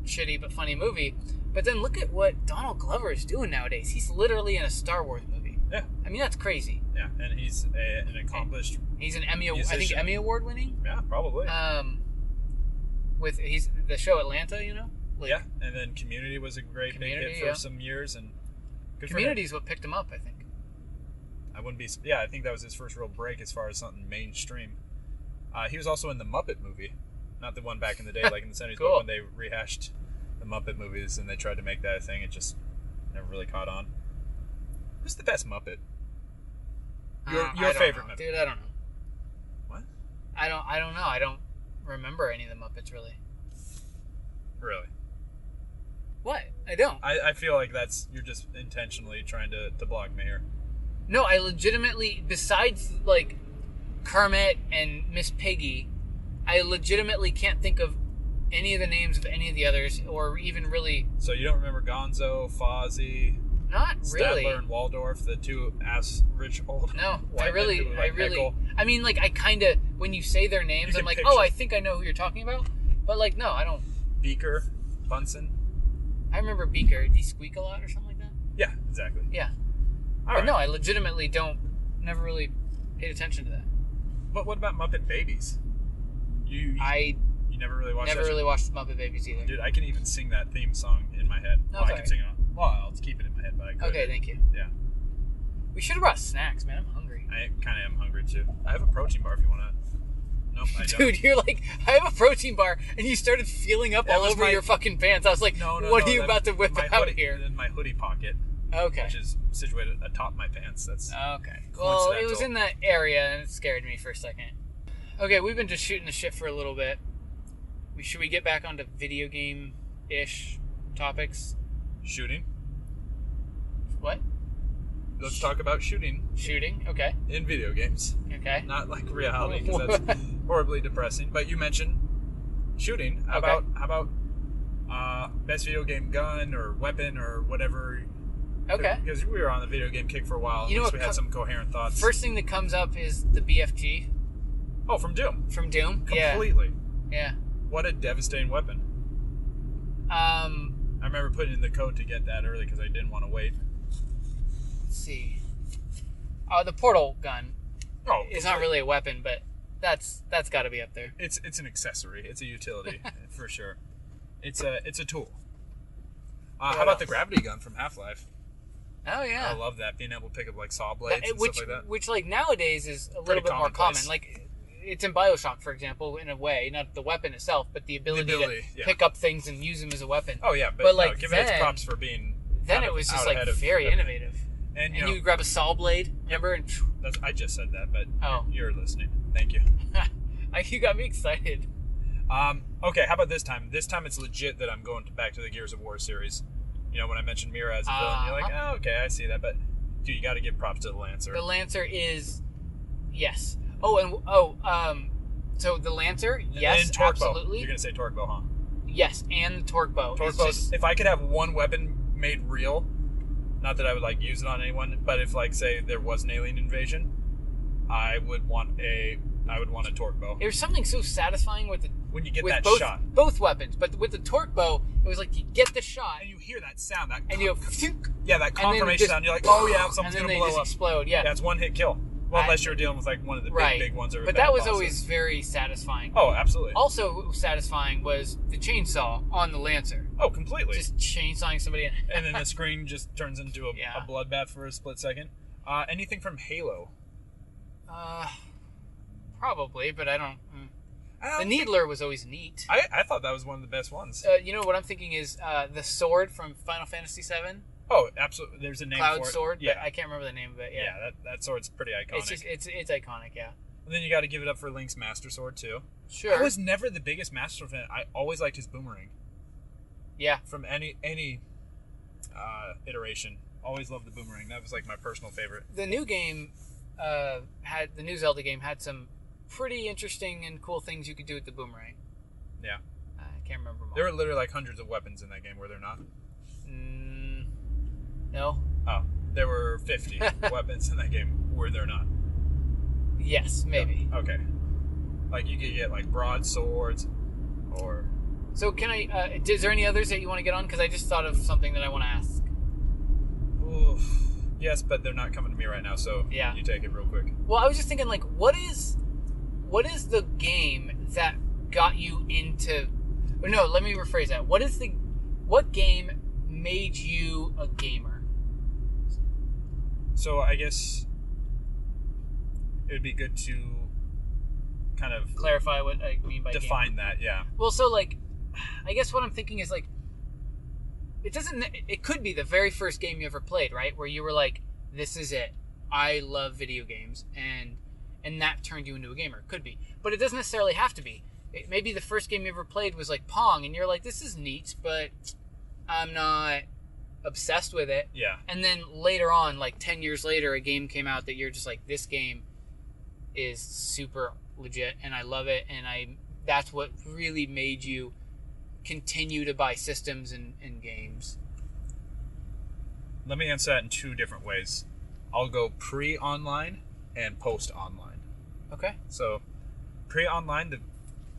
S1: shitty but funny movie but then look at what donald glover is doing nowadays he's literally in a star wars movie
S2: Yeah.
S1: i mean that's crazy
S2: Yeah, and he's a, an accomplished.
S1: he's an emmy i think
S2: Musician.
S1: emmy award winning
S2: Yeah, probably.
S1: um with he's the show atlanta you know like
S2: yeah, and then Community was a great big hit
S1: Community,
S2: for
S1: yeah.
S2: some years, and good for him.
S1: community's what picked him up i think
S2: I wouldn't be. Yeah, I think that was his first real break as far as something mainstream. Uh, he was also in the Muppet movie, not the one back in the day, like in the seventies,
S1: Cool.
S2: but when they rehashed the Muppet movies and they tried to make that a thing, it just never really caught on. Who's the best Muppet? Your-
S1: Uh, I
S2: your
S1: don't
S2: favorite
S1: know.
S2: Muppet.
S1: dude i don't know
S2: What?
S1: I don't. I don't know. I don't remember any of the Muppets really.
S2: Really?
S1: What? I don't.
S2: I, I feel like that's you're just intentionally trying to, to block me here.
S1: No, I legitimately. Besides like Kermit and Miss Piggy, I legitimately can't think of any of the names of any of the others, or even really
S2: So you don't remember Gonzo, Fozzie,
S1: not really.
S2: Statler, and Waldorf, the two ass rich old.
S1: No,
S2: White
S1: I
S2: men
S1: really,
S2: who would,
S1: I
S2: like,
S1: really.
S2: heckle.
S1: I mean, like I kind of when you say their names, I'm
S2: You can
S1: like,
S2: picture.
S1: oh, I think I know who you're talking about. But like, no, I don't.
S2: Beaker, Bunsen.
S1: I remember Beaker. Did he squeak a lot or something like that?
S2: Yeah, exactly.
S1: Yeah. but
S2: All right.
S1: no, I legitimately don't. Never really paid attention to that.
S2: But what about Muppet Babies? You
S1: I
S2: you never really watched
S1: never
S2: that show?
S1: really watched Muppet Babies either.
S2: Dude, I can even sing that theme song in my head.
S1: No,
S2: well, I
S1: it's
S2: can
S1: alright.
S2: sing it on. Well, I'll keep it in my head, but I could.
S1: Okay, thank you.
S2: Yeah.
S1: We should have brought snacks, man. I'm hungry.
S2: I kind of am hungry too. I have a protein bar if you want to. Nope, I don't.
S1: Dude, you're like, I have a protein bar, and you started feeling up
S2: That
S1: all
S2: was
S1: over
S2: my-
S1: your fucking pants. I was like,
S2: no, no,
S1: what
S2: no,
S1: are you
S2: that-
S1: about to whip
S2: my
S1: out
S2: hoodie,
S1: here?
S2: In my hoodie pocket,
S1: Okay. Uh.
S2: which is situated atop my pants. That's
S1: Okay. Well, it was
S2: coincidental.
S1: in that area, and it scared me for a second. Okay, we've been just shooting the shit for a little bit. We, should we get back onto video game ish topics?
S2: shooting.
S1: What?
S2: Let's talk about shooting
S1: Shooting? Okay.
S2: in video games,
S1: Okay.
S2: not like reality, 'cause that's horribly depressing. But you mentioned shooting. How
S1: Okay.
S2: about how about uh, best video game gun or weapon or whatever?
S1: Okay.
S2: Because we were on the video game kick for a
S1: You
S2: while. at
S1: know
S2: least
S1: what
S2: we had
S1: co-
S2: some coherent thoughts.
S1: First thing that comes up is the BFG
S2: oh, from Doom,
S1: from Doom.
S2: completely.
S1: Yeah.
S2: What a devastating weapon.
S1: Yeah. Um,
S2: I remember putting in the code to get that early because I didn't want to wait.
S1: Let's see. Oh, the portal gun
S2: Oh,
S1: is not really a weapon, but that's that's got to be up there.
S2: It's it's an accessory. It's a utility for sure. It's a it's a tool. Uh, how
S1: What
S2: about the
S1: else?
S2: gravity gun from Half Life?
S1: Oh
S2: I love that being able to pick up like saw blades and
S1: which
S2: stuff like that.
S1: which like nowadays is a
S2: Pretty
S1: little bit more
S2: commonplace.
S1: common. Like it's in Bioshock, for example, in a way, not the weapon itself, but the ability,
S2: ability,
S1: to
S2: yeah.
S1: pick up things and use them as a weapon.
S2: Oh yeah, but,
S1: but,
S2: no,
S1: like,
S2: give it its
S1: then-
S2: props for being.
S1: then
S2: out
S1: it
S2: of-
S1: was just
S2: out
S1: like
S2: ahead of
S1: very
S2: everything.
S1: innovative.
S2: And
S1: And
S2: you,
S1: you,
S2: know,
S1: would grab a saw blade, remember? And
S2: that's, I just said that, but
S1: Oh.
S2: you're listening. Thank you.
S1: I- you got me excited.
S2: Um, okay, how about this time? This time it's legit that I'm going to back to the Gears of War series. You know, when I mentioned Mira as a villain, you're like, oh, okay, I see that, but dude, you got to give props to the Lancer.
S1: Uh-huh. The Lancer is yes. Oh, and oh, um, so the Lancer, yes,
S2: and torque bow.
S1: absolutely.
S2: You're gonna say torque bow, huh?
S1: Yes, and the torque bow.
S2: Torque
S1: It's
S2: bows.
S1: just-
S2: If I could have one weapon made real, not that I would like use it on anyone, but if like say there was an alien invasion, I would want a I would want a torque bow.
S1: there's something so satisfying with the
S2: When you get
S1: with
S2: that
S1: both
S2: shot
S1: both weapons, but with the torque bow, it was like you get the shot
S2: and you hear that sound, that
S1: and you go,
S2: yeah,
S1: then it
S2: that confirmation
S1: just-
S2: sound. You're like, oh yeah,
S1: and
S2: something's
S1: then
S2: gonna
S1: they
S2: blow
S1: just
S2: up.
S1: explode. Yeah,
S2: That's one hit kill. Well,
S1: I-
S2: unless you're dealing with like one of the big
S1: right.
S2: big ones. Or
S1: but
S2: bad
S1: that was
S2: bosses.
S1: always very satisfying.
S2: oh absolutely
S1: Also satisfying was the chainsaw on the Lancer,
S2: oh completely.
S1: just chainsawing somebody. In.
S2: and then the screen just turns into a,
S1: Yeah.
S2: a bloodbath for a split second. Uh, anything from Halo?
S1: Uh, probably, but I don't. mm.
S2: I don't
S1: The
S2: think-
S1: needler was always neat.
S2: Um, I, I thought that was one of the best ones.
S1: Uh, you know what I'm thinking is uh, the sword from Final Fantasy VII,
S2: oh, absolutely. There's a name
S1: Cloud
S2: for it.
S1: Sword.
S2: Yeah,
S1: But I can't remember the name of it.
S2: yeah.
S1: Yeah,
S2: that, that sword's pretty iconic.
S1: it's just it's it's iconic. Yeah,
S2: and then you got to give it up for Link's Master Sword too.
S1: sure.
S2: I was never the biggest Master Sword fan. I always liked his boomerang
S1: Yeah,
S2: from any any uh, iteration. Always loved the boomerang. That was like my personal favorite.
S1: the new game uh, had the new Zelda game had some pretty interesting and cool things you could do with the boomerang.
S2: Yeah,
S1: I can't remember. Them all.
S2: there were literally like hundreds of weapons in that game. Were there not?
S1: Mm, no.
S2: Oh, there were fifty weapons in that game. Were there not?
S1: Yes, maybe.
S2: Okay. Like you could get like broadswords, or
S1: So can I? Uh, d- is there any others that you want to get on? Because I just thought of something that I want to ask.
S2: Oof. Yes, but they're not coming to me right now, so
S1: Yeah.
S2: you take it real quick.
S1: Well, I was just thinking, like, what is, what is the game that got you into? Or no, let me rephrase that. What is the, what game made you a gamer?
S2: So I guess it would be good to kind of
S1: Clarify what I mean by gamer.
S2: define that, yeah.
S1: Well, so like, I guess what I'm thinking is like, it doesn't. It could be the very first game you ever played, right? Where you were like, "This is it. I love video games," and and that turned you into a gamer. Could be, but it doesn't necessarily have to be. It, maybe the first game you ever played was like Pong, and you're like, "This is neat, but I'm not obsessed with it."
S2: Yeah.
S1: And then later on, like ten years later, a game came out that you're just like, this game is super legit, and I love it, and I that's what really made you continue to buy systems and, and games.
S2: Let me answer that in two different ways. I'll go pre online and post online.
S1: Okay.
S2: So pre online the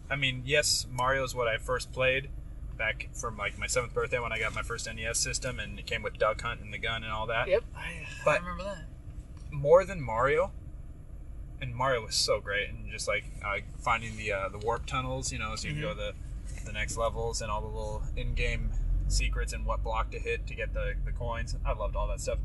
S2: I mean, yes, Mario is what I first played, back from like my seventh birthday when I got my first NES system, and it came with Duck Hunt and the gun and all that.
S1: Yep, I, I
S2: But-
S1: remember that.
S2: More than Mario, and Mario was so great, and just like uh, finding the uh, the warp tunnels, you know, so you
S1: Mhm.
S2: can go the the next levels and all the little in-game secrets and what block to hit to get the the coins. I loved all that stuff.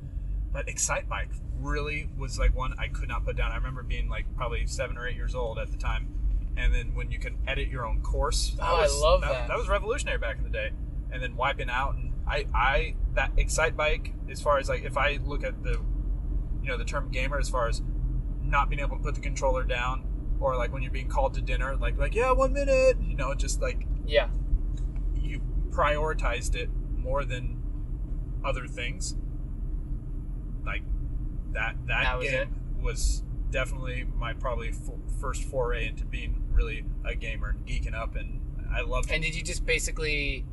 S2: But Excite Bike really was like one I could not put down. I remember being like probably seven or eight years old at the time. And then when you can edit your own course,
S1: Oh, I love that.
S2: that. That was revolutionary back in the day. And then wiping out and I, I that Excite Bike as far as like if I look at the you know the term gamer as far as not being able to put the controller down or like when you're being called to dinner like like yeah one minute you know just like
S1: Yeah,
S2: you prioritized it more than other things. Like that that,
S1: That was
S2: game was definitely my probably fo- first foray into being really a gamer and geeking up, and I loved
S1: and did you just basically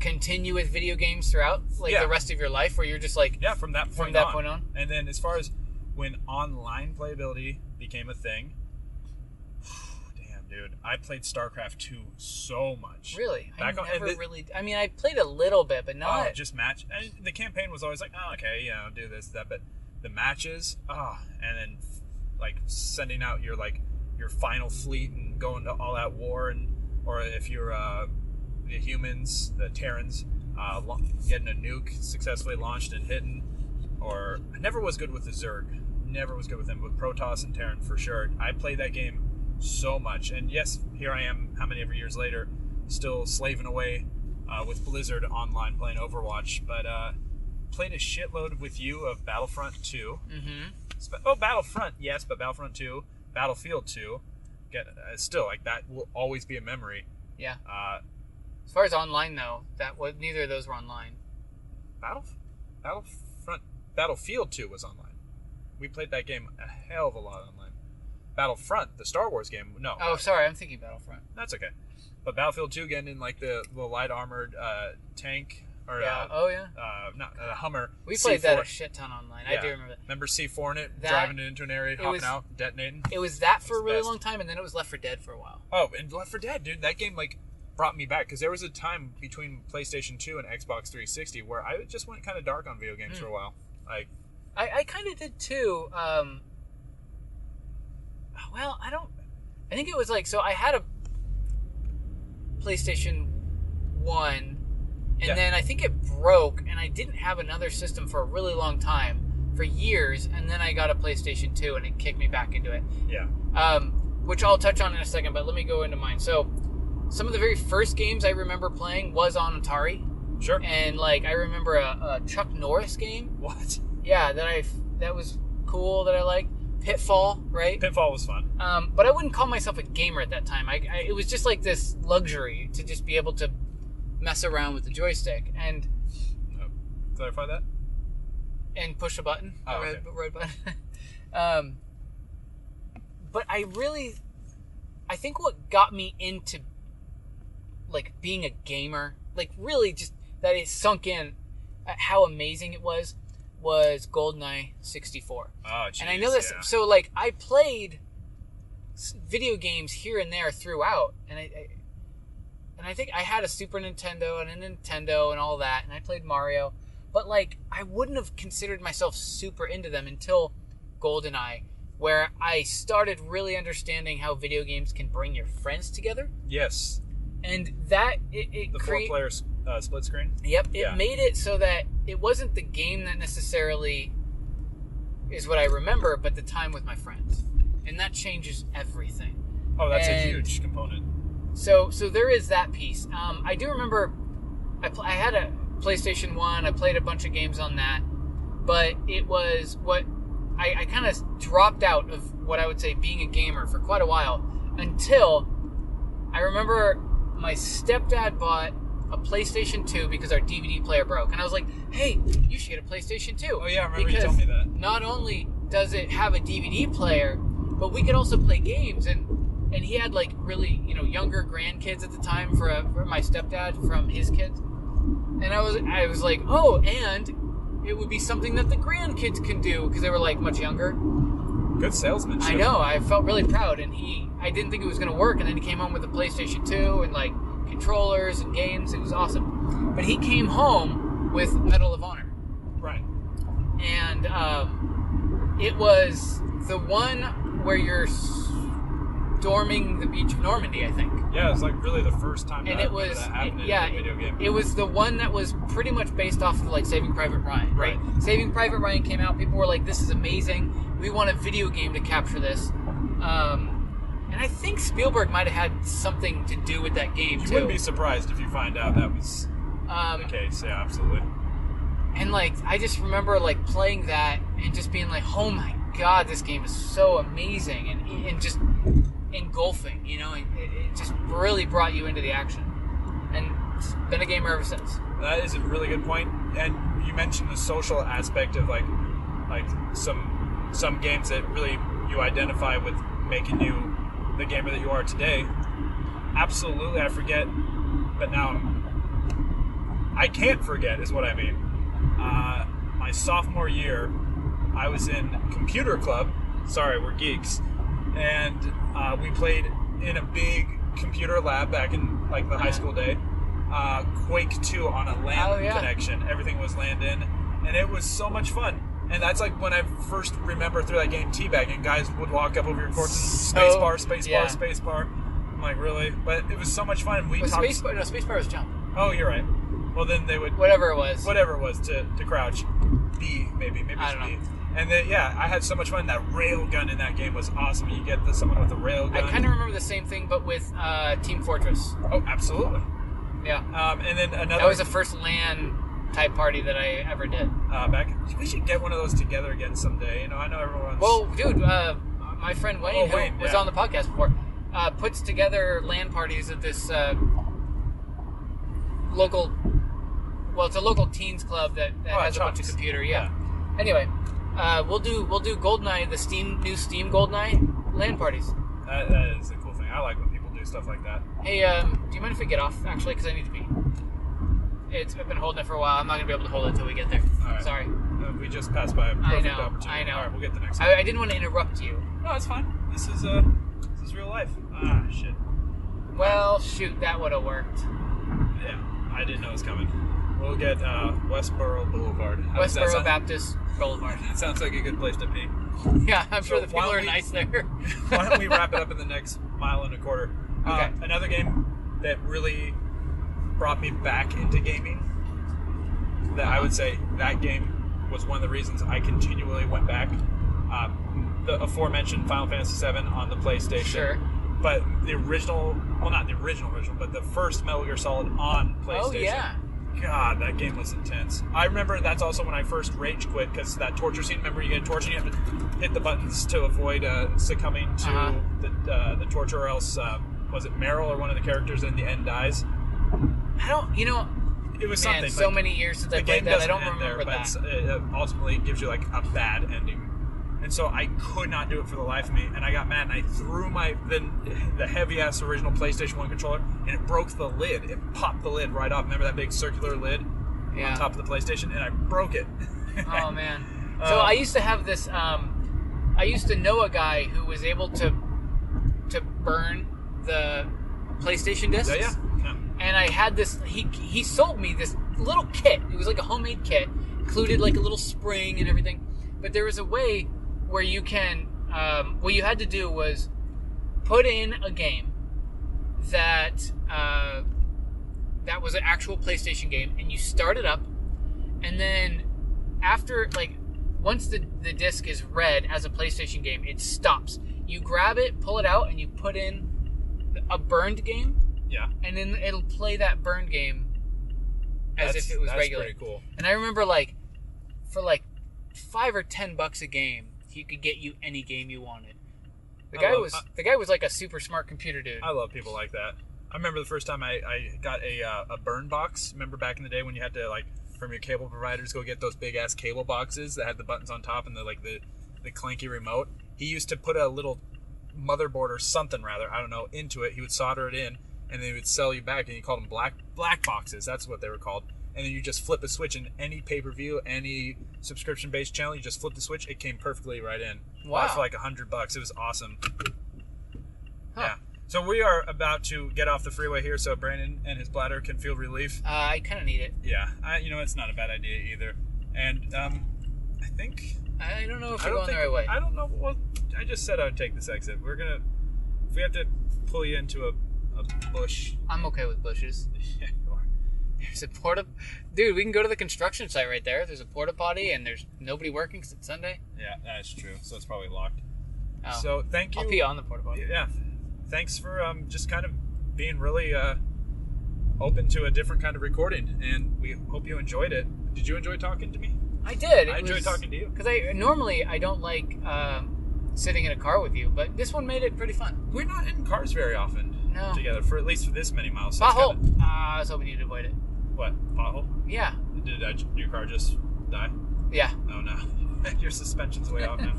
S1: continue with video games throughout like
S2: Yeah.
S1: the rest of your life, where you're just like
S2: yeah from that
S1: from
S2: point
S1: that
S2: on.
S1: point on?
S2: And then as far as when online playability became a thing, damn dude, I played StarCraft two so much.
S1: Really,
S2: Back
S1: I
S2: on- and
S1: never
S2: thi-
S1: really. I mean, I played a little bit, but
S2: Oh,
S1: not.
S2: just match. And the campaign was always like, oh, okay, you know, do this, that, but the matches, oh, and then like sending out your like your final fleet and going to all out war, and or if you're uh, the humans, the Terrans, uh, lo- getting a nuke successfully launched and hidden, or I never was good with the Zerg. Never was good with them, with Protoss and Terran for sure. I played that game so much, and yes, here I am, how many ever years later, still slaving away uh, with Blizzard online playing Overwatch, but uh, played a shitload with you of Battlefront 2.
S1: mm-hmm.
S2: Sp- Oh, Battlefront, yes, but Battlefront 2, Battlefield 2. Get uh, still like that will always be a memory.
S1: Yeah.
S2: Uh,
S1: As far as online though, that was neither of those were online.
S2: Battle, Battlefront, Battlefield 2 was online. We played that game a hell of a lot online. Battlefront, the Star Wars game, no,
S1: Oh, sorry, I'm thinking Battlefront.
S2: that's okay. But Battlefield 2 again in like the, the light armored uh, tank or
S1: Yeah.
S2: uh,
S1: Oh yeah.
S2: uh, not uh, Hummer.
S1: We played that a
S2: C4.
S1: shit ton online. I
S2: Yeah.
S1: do remember that.
S2: Remember C4 in it,
S1: That-
S2: driving it into an area, hopping
S1: was-
S2: out, detonating.
S1: It was that for
S2: It's
S1: a
S2: the
S1: really
S2: best.
S1: long time, and then it was Left for Dead for a while.
S2: Oh, and Left 4 Dead, dude, that game like brought me back because there was a time between PlayStation 2 and Xbox 360 where I just went kind of dark on video games
S1: Mm.
S2: for a while. Like,
S1: I, I kind of did too. Um, well, I don't. I think it was like so. I had a PlayStation One, and
S2: Yeah.
S1: then I think it broke, and I didn't have another system for a really long time, for years, and then I got a PlayStation Two, and it kicked me back into it.
S2: yeah,
S1: um, which I'll touch on in a second, but let me go into mine. So, some of the very first games I remember playing was on Atari,
S2: sure.
S1: and like I remember a, a Chuck Norris game,
S2: what?
S1: yeah, that I f- that was cool that I liked. Pitfall, right?
S2: Pitfall was fun.
S1: Um, but I wouldn't call myself a gamer at that time. I, I it was just like this luxury to just be able to mess around with the joystick and
S2: Clarify that?
S1: and push a button,
S2: Oh,
S1: a red,
S2: okay.
S1: red button. um, but I really, I think what got me into like being a gamer, like really just that it sunk in at how amazing it was, was GoldenEye 64.
S2: Oh, geez,
S1: and I know this,
S2: yeah.
S1: so like I played s- video games here and there throughout, and I. I and I think I had a Super Nintendo and a Nintendo and all that, and I played Mario. But like, I wouldn't have considered myself super into them until GoldenEye, where I started really understanding how video games can bring your friends together,
S2: Yes,
S1: and that it, it
S2: the
S1: crea-
S2: four-player uh, split screen.
S1: Yep, it
S2: Yeah.
S1: made it so that it wasn't the game that necessarily is what I remember, but the time with my friends, and that changes everything
S2: Oh, that's a
S1: And-
S2: huge component.
S1: so so there is that piece um, i do remember I, pl- I had a playstation 1 i played a bunch of games on that but it was what i, I kind of dropped out of what i would say being a gamer for quite a while until i remember my stepdad bought a playstation 2 because our dvd player broke and i was like hey you should get a playstation 2
S2: Oh, yeah, I remember
S1: because
S2: you told me that.
S1: not only does it have a DVD player, but we could also play games. And and he had like really you know younger grandkids at the time for, a, for my stepdad from his kids. And I was I was like, oh, and it would be something that the grandkids can do because they were like much younger.
S2: Good salesmanship.
S1: I know. I felt really proud, and he. I didn't think it was going to work, and then he came home with a PlayStation Two and like controllers and games. It was awesome. But he came home with Medal of Honor,
S2: Right.
S1: and um, it was the one where you're storming the beach of Normandy, I think.
S2: Yeah, it's like really the first time
S1: and
S2: that I
S1: it
S2: remember
S1: was
S2: that happened
S1: it- yeah,
S2: in a video game.
S1: it was the one that was pretty much based off of like Saving Private Ryan, right?
S2: Right.
S1: Saving Private Ryan came out. People were like, "This is amazing. We want a video game to capture this." Um, and I think Spielberg might have had something to do with that game
S2: you
S1: too.
S2: wouldn't be surprised if you find out that was
S1: um,
S2: the case. Yeah, absolutely.
S1: and like I just remember like playing that and just being like, "Oh my god, this game is so amazing!" and and just engulfing, you know, and it, it just really brought you into the action. And it's been a gamer ever since.
S2: That is a really good point. And you mentioned the social aspect of like like some some games that really you identify with making you the gamer that you are today. Absolutely, I forget, but now I'm, I can't forget is what I mean. Uh, my sophomore year, I was in computer club. Sorry, we're geeks, and uh, we played in a big computer lab back in like the high school day. Uh, Quake Two on a LAN
S1: Oh, yeah.
S2: connection. Everything was LANed in, and it was so much fun. And that's like when I first remember through that game teabagging. Guys would walk up over your course,
S1: So-
S2: space bar, space
S1: yeah.
S2: bar, space bar. I'm like, really? But it was so much fun. We
S1: But
S2: talked.
S1: space, no, space bar was jump.
S2: Oh, you're right. Well, then they would
S1: Whatever it was.
S2: whatever it was to, to crouch. B maybe maybe
S1: I
S2: it's
S1: don't
S2: B.
S1: know.
S2: And then yeah, I had so much fun. That rail gun in that game was awesome. You get the, someone with a rail
S1: I
S2: gun.
S1: kind of remember the same thing, but with uh, Team Fortress.
S2: oh absolutely.
S1: Yeah,
S2: Um, and then another
S1: that was the first LAN type party that I ever did.
S2: uh, back. We should get one of those together again someday. You know, I know everyone's.
S1: Well, dude, uh, my friend Wayne,
S2: Oh,
S1: who
S2: Wayne,
S1: was
S2: yeah.
S1: on the podcast before, uh, puts together LAN parties at this uh, local. Well, it's a local teens club that, that
S2: Oh,
S1: has a bunch of
S2: Chunks.
S1: computer. Yeah. Anyway, uh, we'll do we'll do Goldeneye, the Steam new Steam Goldeneye LAN parties.
S2: that, that is a cool thing. I like when people do stuff like that.
S1: Hey, um, do you mind if we get off, actually? Because I need to pee. It's, I've been holding it for a while. I'm not going to be able to hold it until we get there.
S2: All right.
S1: Sorry.
S2: Uh, we just passed by a perfect
S1: I know,
S2: opportunity.
S1: I know.
S2: All right, we'll get the next. one.
S1: I, I didn't want to interrupt you.
S2: No, it's fine. This is uh, this is real life. Ah, shit.
S1: Well, shoot, that would have worked.
S2: Yeah, I didn't know it was coming. We'll get uh, Westboro Boulevard. How does that
S1: Westboro
S2: sound?
S1: Baptist Boulevard.
S2: That sounds like a good place to be.
S1: Yeah, I'm
S2: So
S1: sure the people
S2: while
S1: are
S2: we-
S1: nice there.
S2: Why don't we wrap it up in the next mile and a quarter? Uh,
S1: Okay.
S2: another game that really brought me back into gaming. That
S1: Uh-huh.
S2: I would say that game was one of the reasons I continually went back. Uh, the aforementioned Final Fantasy VII on the PlayStation.
S1: Sure.
S2: But the original, well, not the original original, but the first Metal Gear Solid on PlayStation.
S1: Oh, yeah.
S2: God, that game was intense. I remember that's also when I first rage quit because that torture scene. Remember, you get tortured, you have to hit the buttons to avoid uh, succumbing to
S1: Uh-huh.
S2: the, uh, the torture, or else uh, was it Meryl or one of the characters in the end dies?
S1: I don't, you know,
S2: It was
S1: man,
S2: something.
S1: so
S2: like,
S1: many years since I
S2: the
S1: played
S2: game
S1: that, I
S2: doesn't
S1: don't
S2: end there,
S1: remember
S2: but
S1: that.
S2: it's- it uh, ultimately gives you like a bad ending. And so I could not do it for the life of me, and I got mad, and I threw my the, the heavy ass original PlayStation One controller, and it broke the lid. It popped the lid right off. Remember that big circular lid?
S1: yeah.
S2: on top of the PlayStation, and I broke it.
S1: oh man. So
S2: Uh,
S1: I used to have this. Um, I used to know a guy who was able to to burn the PlayStation discs.
S2: yeah, yeah. yeah.
S1: And I had this. He he sold me this little kit. It was like a homemade kit, included like a little spring and everything. But there was a way where you can. Um, what you had to do was put in a game that uh, that was an actual PlayStation game, and you start it up, and then after like once the, the disc is read as a PlayStation game, it stops. You grab it, pull it out, and you put in a burned game,
S2: Yeah.
S1: and then it'll play that burned game as
S2: That's-
S1: if it was
S2: that's
S1: regular.
S2: Pretty cool.
S1: And I remember like for like five or ten bucks a game, he could get you any game you wanted. The
S2: I
S1: guy
S2: love-
S1: was
S2: I-
S1: the guy was like a super smart computer dude.
S2: I love people like that. I remember the first time I, I got a uh, a burn box. Remember back in the day when you had to like from your cable providers go get those big ass cable boxes that had the buttons on top and the like the the clanky remote. He used to put a little motherboard or something rather I don't know into it. He would solder it in and then he would sell you back and he called them black black boxes. That's what they were called. And then you just flip a switch in any pay per view, any subscription based channel. You just flip the switch, it came perfectly right in. Bought it
S1: Wow.
S2: For like a hundred bucks, it was awesome.
S1: Huh.
S2: Yeah. So we are about to get off the freeway here, so Brandon and his bladder can feel relief.
S1: Uh, I kind of need it.
S2: Yeah, I, you know it's not a bad idea either. And um, I think
S1: I don't know if
S2: I
S1: we're going
S2: don't think
S1: the right way.
S2: I don't know. Well, I just said I would take this exit. We're gonna if we have to pull you into a, a bush.
S1: I'm okay with bushes.
S2: yeah, you are.
S1: There's a porta. Dude, we can go to the construction site right there. There's a porta potty, and there's nobody working 'cause it's Sunday.
S2: Yeah, that's true. So it's probably locked.
S1: Oh.
S2: So thank you.
S1: I'll pee on the porta potty.
S2: yeah thanks for um, just kind of being really uh, open to a different kind of recording and we hope you enjoyed it did you enjoy talking to me
S1: I did.
S2: i enjoyed talking to you
S1: because I normally I don't like um, sitting in a car with you, but this one made it pretty fun.
S2: we're not in cars very often
S1: No.
S2: together for at least for this many miles so it's
S1: Oh. Pothole.
S2: kinda-
S1: Ah, I was hoping you'd avoid it.
S2: what pothole
S1: Yeah,
S2: did I, your car just die
S1: yeah.
S2: oh no your suspension's way off now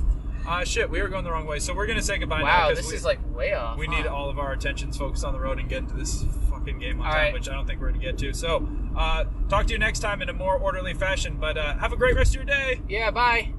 S2: uh, shit we were going the wrong way so we're gonna say goodbye now
S1: wow,
S2: 'cause
S1: this
S2: we,
S1: is like way off.
S2: we
S1: huh?
S2: need all of our attentions focused on the road and get into this fucking game on
S1: All
S2: time,
S1: right.
S2: which I don't think we're going to get to. So, uh, talk to you next time in a more orderly fashion, but uh, have a great rest of your day.
S1: Yeah. Bye.